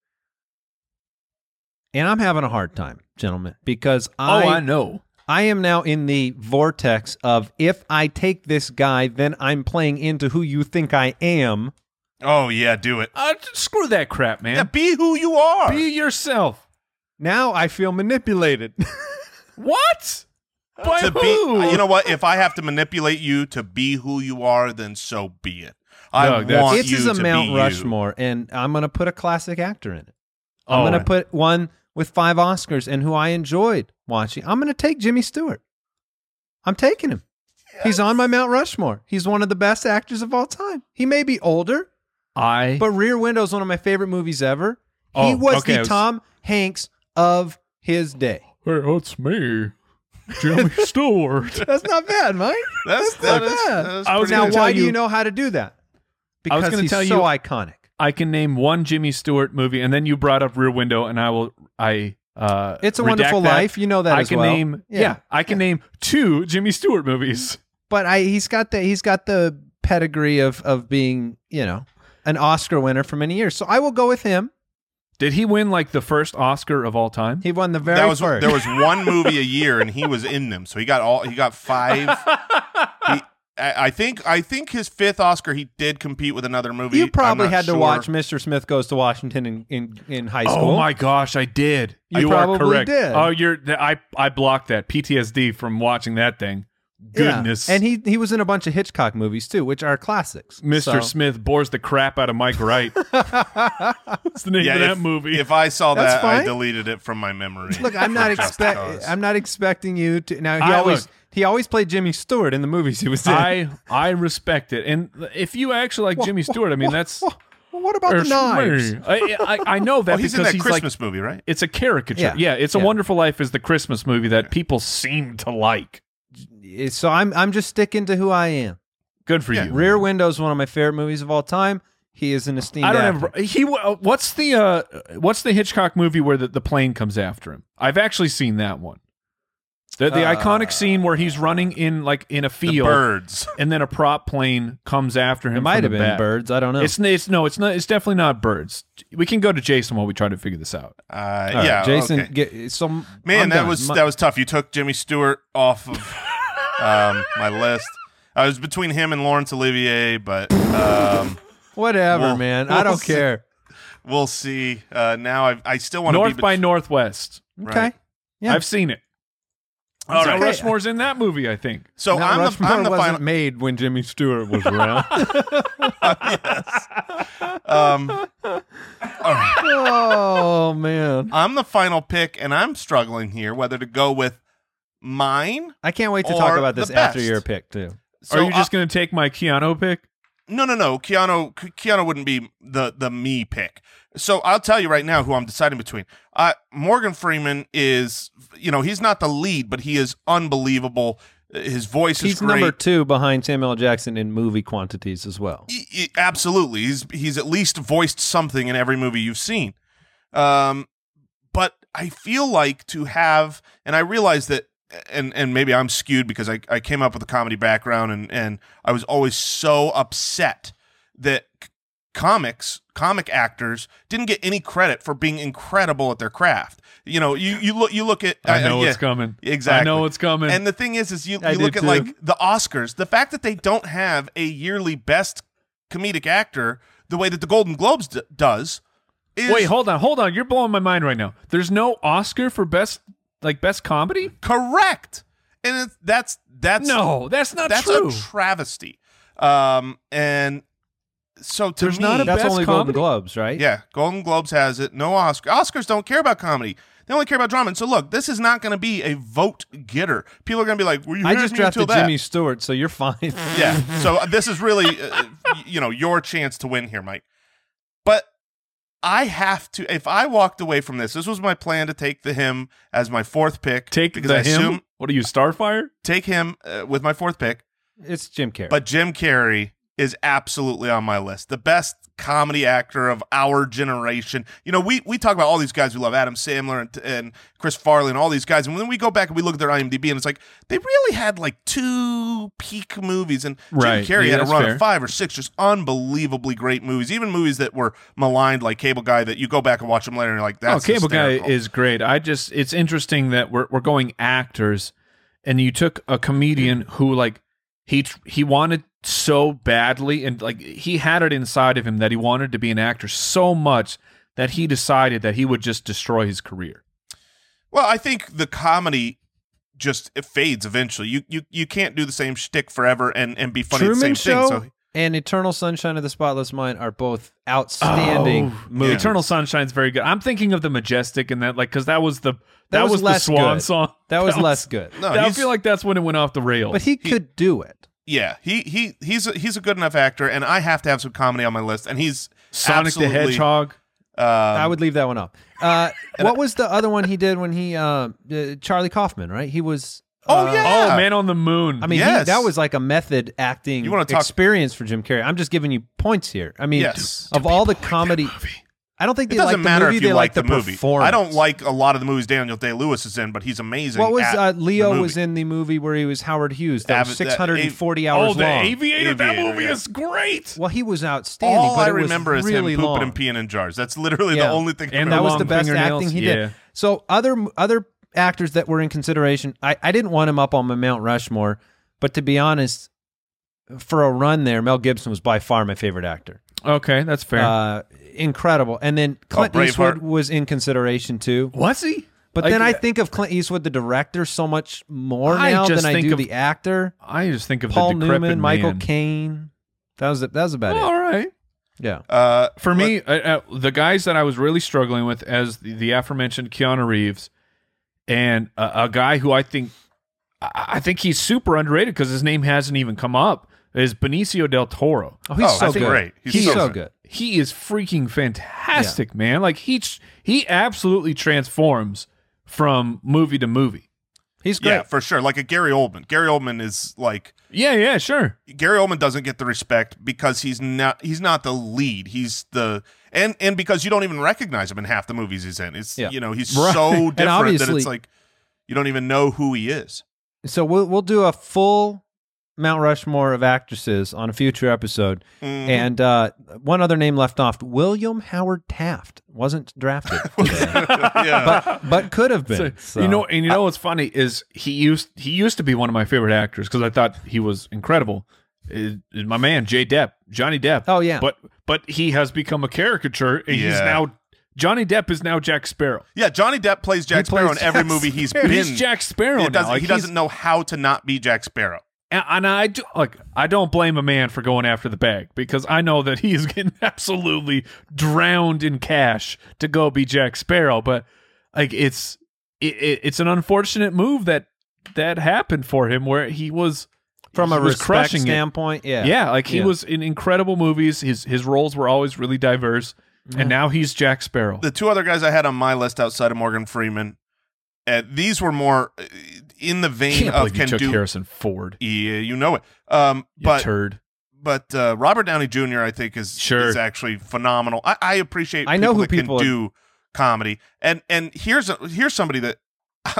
And I'm having a hard time, gentlemen, because I
oh, I know.
I am now in the vortex of if I take this guy, then I'm playing into who you think I am.
Oh yeah, do it.
Uh, screw that crap,
Yeah,
man.
be who you are.
Be yourself.
Now I feel manipulated.
What? By
to
who?
uh,
be, you know what? If I have to manipulate you to be who you are, then so be it. I
Doug, that's-
want
it's
you
is a
to
Mount
be you.
Rushmore, and I'm gonna put a classic actor in it. I'm
Oh.
gonna put one with five Oscars and who I enjoyed watching. I'm gonna take Jimmy Stewart. I'm taking him. He's on my Mount Rushmore. He's one of the best actors of all time. He may be older,
I
But Rear Window is one of my favorite movies ever. he
Oh,
was
okay, I
the
was-
Tom Hanks of his day.
Hey, that's me, Jimmy Stewart.
That's not bad, Mike.
That's,
not
that is,
bad.
that is
I was
pretty
now,
gonna
good.
tell
why do you
you-
know how to do
I was
that? Because
gonna
he's
tell
so
you-
iconic.
I can name one Jimmy Stewart movie, and then you brought up Rear Window, and I will. I uh,
It's a
redact
Wonderful
that.
Life. You know that
I
as
can
well.
name.
Yeah.
Yeah, I can name two Jimmy Stewart movies.
But I, he's got the he's got the pedigree of of being you know an Oscar winner for many years. So I will go with him.
Did he win like the first Oscar of all time?
He won the very
That was
first.
there was one movie a year, and he was in them. So he got all he got five. he, I I think I think his fifth Oscar he did compete with another movie.
you
I'm
probably
not
had to
sure.
watch Mr. Smith Goes to Washington in in, in high school.
Oh my gosh, I did.
You
are
probably
correct.
did.
Oh, you're. th- I I blocked that PTSD from watching that thing.
Yeah.
Goodness.
And he he was in a bunch of Hitchcock movies too, which are classics.
Mr.
So-
Smith bores the crap out of Mike Wright. That's the name
Yeah,
of that
if,
movie.
If I saw
That's
that, I
fine.
deleted it from my memory.
Look, I'm not
Just
expect.
cause.
I'm not expecting you to. Now he
I
always
look-
he always played Jimmy Stewart in the movies he was in.
I I respect it. And if you actually like Jimmy Stewart, I mean that's
Well, what about the
It's
knives?
me. I, I I know that
Oh, he's in
because
that
he's like
Christmas movie, right?
it's a caricature.
Yeah.
Yeah, it's a
Yeah.
Wonderful Life is the Christmas movie that people seem to like.
Eh, So I'm I'm just sticking to who I am.
Good for
Yeah.
you.
Rear Window is one of my favorite movies of all time. He is an esteemed.
I don't
actor.
have he. uh, What's the uh, what's the Hitchcock movie where the, the plane comes after him? I've actually seen that one. The, the iconic scene where he's running in like in a
Uh, The
field,
birds.
and then a prop plane comes after him.
It might
from
have
the
been
back.
birds. I don't know.
It's it's no, it's not. It's definitely not birds. We can go to Jason while we try to figure this out.
Uh,
All right,
yeah,
Jason.
okay.
Get, some
Man,
I'm
that
done.
was
My-
that was tough. You took Jimmy Stewart off of um, my list. I was between him and Laurence Olivier, but um,
whatever,
Well,
man.
we'll
I don't
see.
care.
we'll see. Uh, now I, I still want to
North
be bet-
by Northwest.
Okay.
Right.
Yeah.
I've seen it.
All
Mount
right.
Rushmore's in that movie, I think.
So
Mount
I'm
Rushmore
the, I'm the
wasn't
final.
made when Jimmy Stewart was around.
Um, all right.
oh man,
I'm the final pick, and I'm struggling here whether to go with mine.
I can't wait to
Or
talk about this
the
after
best.
your pick too.
So uh,
Are you just going to take my Keanu pick?
I- no, no, no. Keanu, Keanu wouldn't be the the me pick. So I'll tell you right now who I'm deciding between. Uh, Morgan Freeman is, you know, he's not the lead, but he is unbelievable. Uh, His voice is
He's
great.
number two behind Samuel L. Jackson in movie quantities as well.
Y- y- absolutely. He's he's at least voiced something in every movie you've seen. Um, but I feel like to have, and I realize that, and and maybe I'm skewed because I, I came up with a comedy background, and and I was always so upset that c- comics comic actors didn't get any credit for being incredible at their craft. You know, you you look you look at
I know
uh, yeah.
it's coming.
Exactly.
I know it's coming.
And the thing is, is you,
I
you look
did
at
too.
like the Oscars, the fact that they don't have a yearly best comedic actor the way that the Golden Globes d- does is
Wait, hold on, hold on. You're blowing my mind right now. There's no Oscar for best like best comedy?
correct. And it's, that's that's
No, that's not
that's
true.
a travesty. Um, and so to
There's
me,
not a
That's
best
only
comedy?
Golden Globes, right?
Yeah, Golden Globes has it. No Oscar. Oscars don't care about comedy. They only care about drama. And so look, this is not going to be a vote getter. People are going to be like, "Well, you
I
heard
just
me until
drafted
that."
Jimmy Stewart, so you're fine.
yeah. So this is really, uh, y- you know, your chance to win here, Mike. But I have to. If I walked away from this, this was my plan to take the him as my fourth pick.
Take
because
the
I
him.
assume
what are you, Starfire?
take him uh, with my fourth pick.
it's Jim Carrey.
But Jim Carrey is absolutely on my list. The best comedy actor of our generation. You know, we we talk about all these guys we love, Adam Sandler and, and Chris Farley and all these guys, and then we go back and we look at their IMDb, and it's like they really had like two peak movies, and
Right.
Jim Carrey
Yeah,
had a
that's
run
fair.
of five or six just unbelievably great movies, even movies that were maligned like Cable Guy. That you go back and watch them later, and you're like, that's
oh, Cable
hysterical.
Guy is great. I just it's interesting that we're we're going actors, and you took a comedian who like he tr- he wanted so badly and like he had it inside of him that he wanted to be an actor so much that he decided that he would just destroy his career.
Well, I think the comedy just it fades eventually. You you you can't do the same shtick forever and and be funny at the
Truman
same
Show
thing. So
and Eternal Sunshine of the Spotless Mind are both
Oh,
outstanding
Oh.
movies.
Eternal Sunshine's very good. I'm thinking of the Majestic and that like because that was the that,
That was
was, the
less
swan
good.
song.
That was less good,
no,
that- I
he's-
feel like that's when it went off the rails.
but he could do it.
yeah, he he he's a, he's a good enough actor, and I have to have some comedy on my list. And he's
Sonic the
absolutely,
Hedgehog.
um,
I would leave that one off. Uh, what was the other one he did when he uh, uh, Charlie Kaufman? Right, he was.
Oh
uh,
yeah,
Oh, Man on the Moon.
I mean, he-
Yes.
that was like a method acting
You wanna talk-
experience for Jim Carrey. I'm just giving you points here. I mean,
Yes.
of all the comedy, I don't think
It
they like
doesn't
the
matter
movie.
if you
they
like
like
the, movie.
performance.
I don't like a lot of the movies Daniel Day Lewis is in, but he's amazing.
What was
at
uh,
the
Leo
movie.
was in the movie where he was Howard Hughes? That was
Avi- that-
640
oh,
hours
the
long.
Aviator. That
Aviator,
movie
yeah.
is great.
well, he was outstanding.
All
but
I
it was
remember is
really
him pooping
long.
and peeing in jars. That's literally
Yeah.
the only thing. I
And
remember.
that was
long
the best
fingernails.
acting he
Yeah.
did. So other other actors that were in consideration, I, I didn't want him up on my Mount Rushmore, but to be honest, for a run there, Mel Gibson was by far my favorite actor.
Okay, that's fair.
Uh, incredible. And then Clint
Oh, Braveheart.
Eastwood was in consideration too.
was he?
But
Like,
then I think of Clint Eastwood, the director, so much more
I
now
just
than I
think
do
of
the actor.
I just think of
Paul
the decrepit
Newman, Michael
man.
Caine. That was that was about
All
it.
right.
Yeah.
Oh,
uh,
For me, uh, uh, the guys that I was really struggling with as the, the aforementioned Keanu Reeves, and a, a guy who I think I, I think he's super underrated because his name hasn't even come up is Benicio del Toro.
Oh, he's
Oh,
so
that's
good.
great.
He's,
He's
so
so
good.
good.
He is freaking fantastic, man. Like he tr- he absolutely transforms from movie to movie.
He's great.
yeah, for sure. Like a Gary Oldman. Gary Oldman is like
Yeah, yeah, sure.
Gary Oldman doesn't get the respect because he's not he's not the lead. He's the and and because you don't even recognize him in half the movies he's in. It's
Yeah.
you know he's
Right.
so different that
obviously-
it's like you don't even know who he is.
So we'll we'll do a full Mount Rushmore of actresses on a future episode.
Mm-hmm.
Mm.
And uh, one other name left off, William Howard Taft wasn't drafted, today,
yeah.
but but could have
So,
been. So,
You know, and you know what's funny is he used he used to be one of my favorite actors because I thought he was incredible. Uh, my man Jay Depp, Johnny Depp.
Oh, yeah.
but but he has become a caricature. And He's
Yeah.
now Johnny Depp is now Jack Sparrow.
Yeah, Johnny Depp plays Jack
plays
Sparrow in every
Jack
movie he's
Sparrow.
been.
He's Jack Sparrow
It
now.
doesn't-
Like,
he
he's-
doesn't know how to not be Jack Sparrow.
and, and I do, like I don't blame a man for going after the bag because I know that he is getting absolutely drowned in cash to go be Jack Sparrow, but like it's it, it, it's an unfortunate move that that happened for him where he was
from
he
a
was
respect
crushing it.
standpoint. Yeah,
yeah like he
Yeah.
was in incredible movies his his roles were always really diverse and now he's Jack Sparrow
The two other guys I had on my list outside of Morgan Freeman, uh, these were more uh, in the vein
can't
of
believe
can
you took
do.
Harrison Ford
Yeah, you know it. Um,
you
but
turd
but uh, Robert Downey Jr. I think is
Sure.
is actually phenomenal. I, I appreciate.
I know who
that
people are-
can do comedy, and and here's a, here's somebody that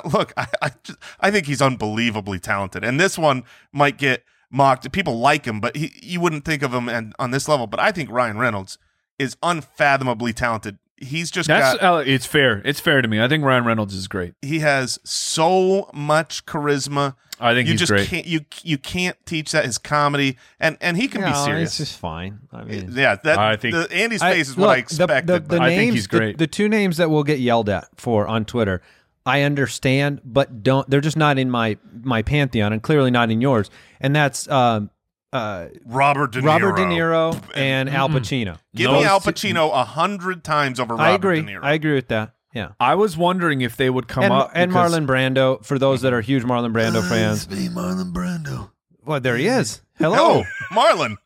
look. I I, just, I think he's unbelievably talented, and this one might get mocked. People like him, but he, you wouldn't think of him and on this level. But I think Ryan Reynolds is unfathomably talented. He's just
that's
got
uh, it's fair it's fair to me I think Ryan Reynolds is great
he has so much charisma.
I think
you
he's
just
great
can't you you can't teach that his comedy, and and he can
No,
be serious.
It's just fine. I mean,
Yeah, that
I think-
the, Andy's
I-
face is what I
look, the- the-
expected.
The,
but-
I
names,
think he's
the-
great.
The, two names that we'll get yelled at for on Twitter, I understand, but don't. They're just not in my my pantheon, and clearly not in yours. And that's um, uh,
Robert De Niro.
Robert De Niro and Al
Mm-hmm.
Pacino.
Give me Al Pacino a hundred times over Robert
I agree.
De Niro.
I agree with that. Yeah.
I was wondering if they would come
And,
up
and
because-
Marlon Brando, for those that are huge Marlon Brando fans.
Marlon Brando.
Well, there he is. Hello.
oh, Marlon.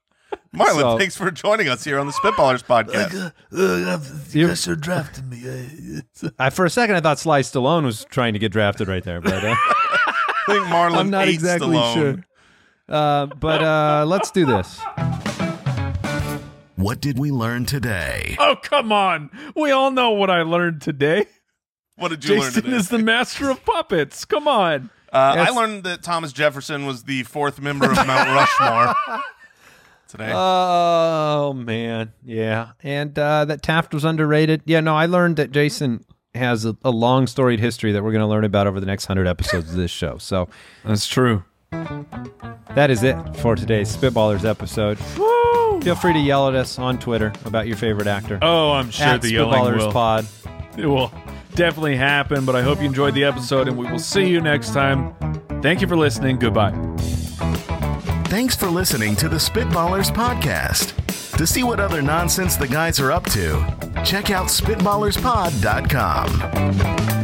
Marlon,
So- uh,
thanks for joining us here on the Spitballers podcast.
You-
Yes, sir, drafted me.
I, for a second, I thought Sly Stallone was trying to get drafted right there, but uh,
I think Marlon
I'm not
ate
exactly
Stallone.
sure. Uh, but uh, let's do this.
What did we learn today?
Oh, come on. We all know what I learned today.
What did you learn
Jason
today?
is the master of puppets. Come on.
uh, I
That's-
learned that Thomas Jefferson was the fourth member of Mount Rushmore today.
Oh man, yeah, and uh, that Taft was underrated. Yeah, no, I learned that Jason has a, a long storied history that we're going to learn about over the next hundred episodes of this show. So
That's true.
that is it for today's Spitballers episode. Feel free to yell at us on Twitter about your favorite actor.
Oh, I'm sure
at
the yelling
Spitballers
will.
Pod.
It will definitely happen, but I hope you enjoyed the episode and we will see you next time. Thank you for listening. Goodbye.
Thanks for listening to the Spitballers Podcast. To see what other nonsense the guys are up to, check out SpitballersPod.com.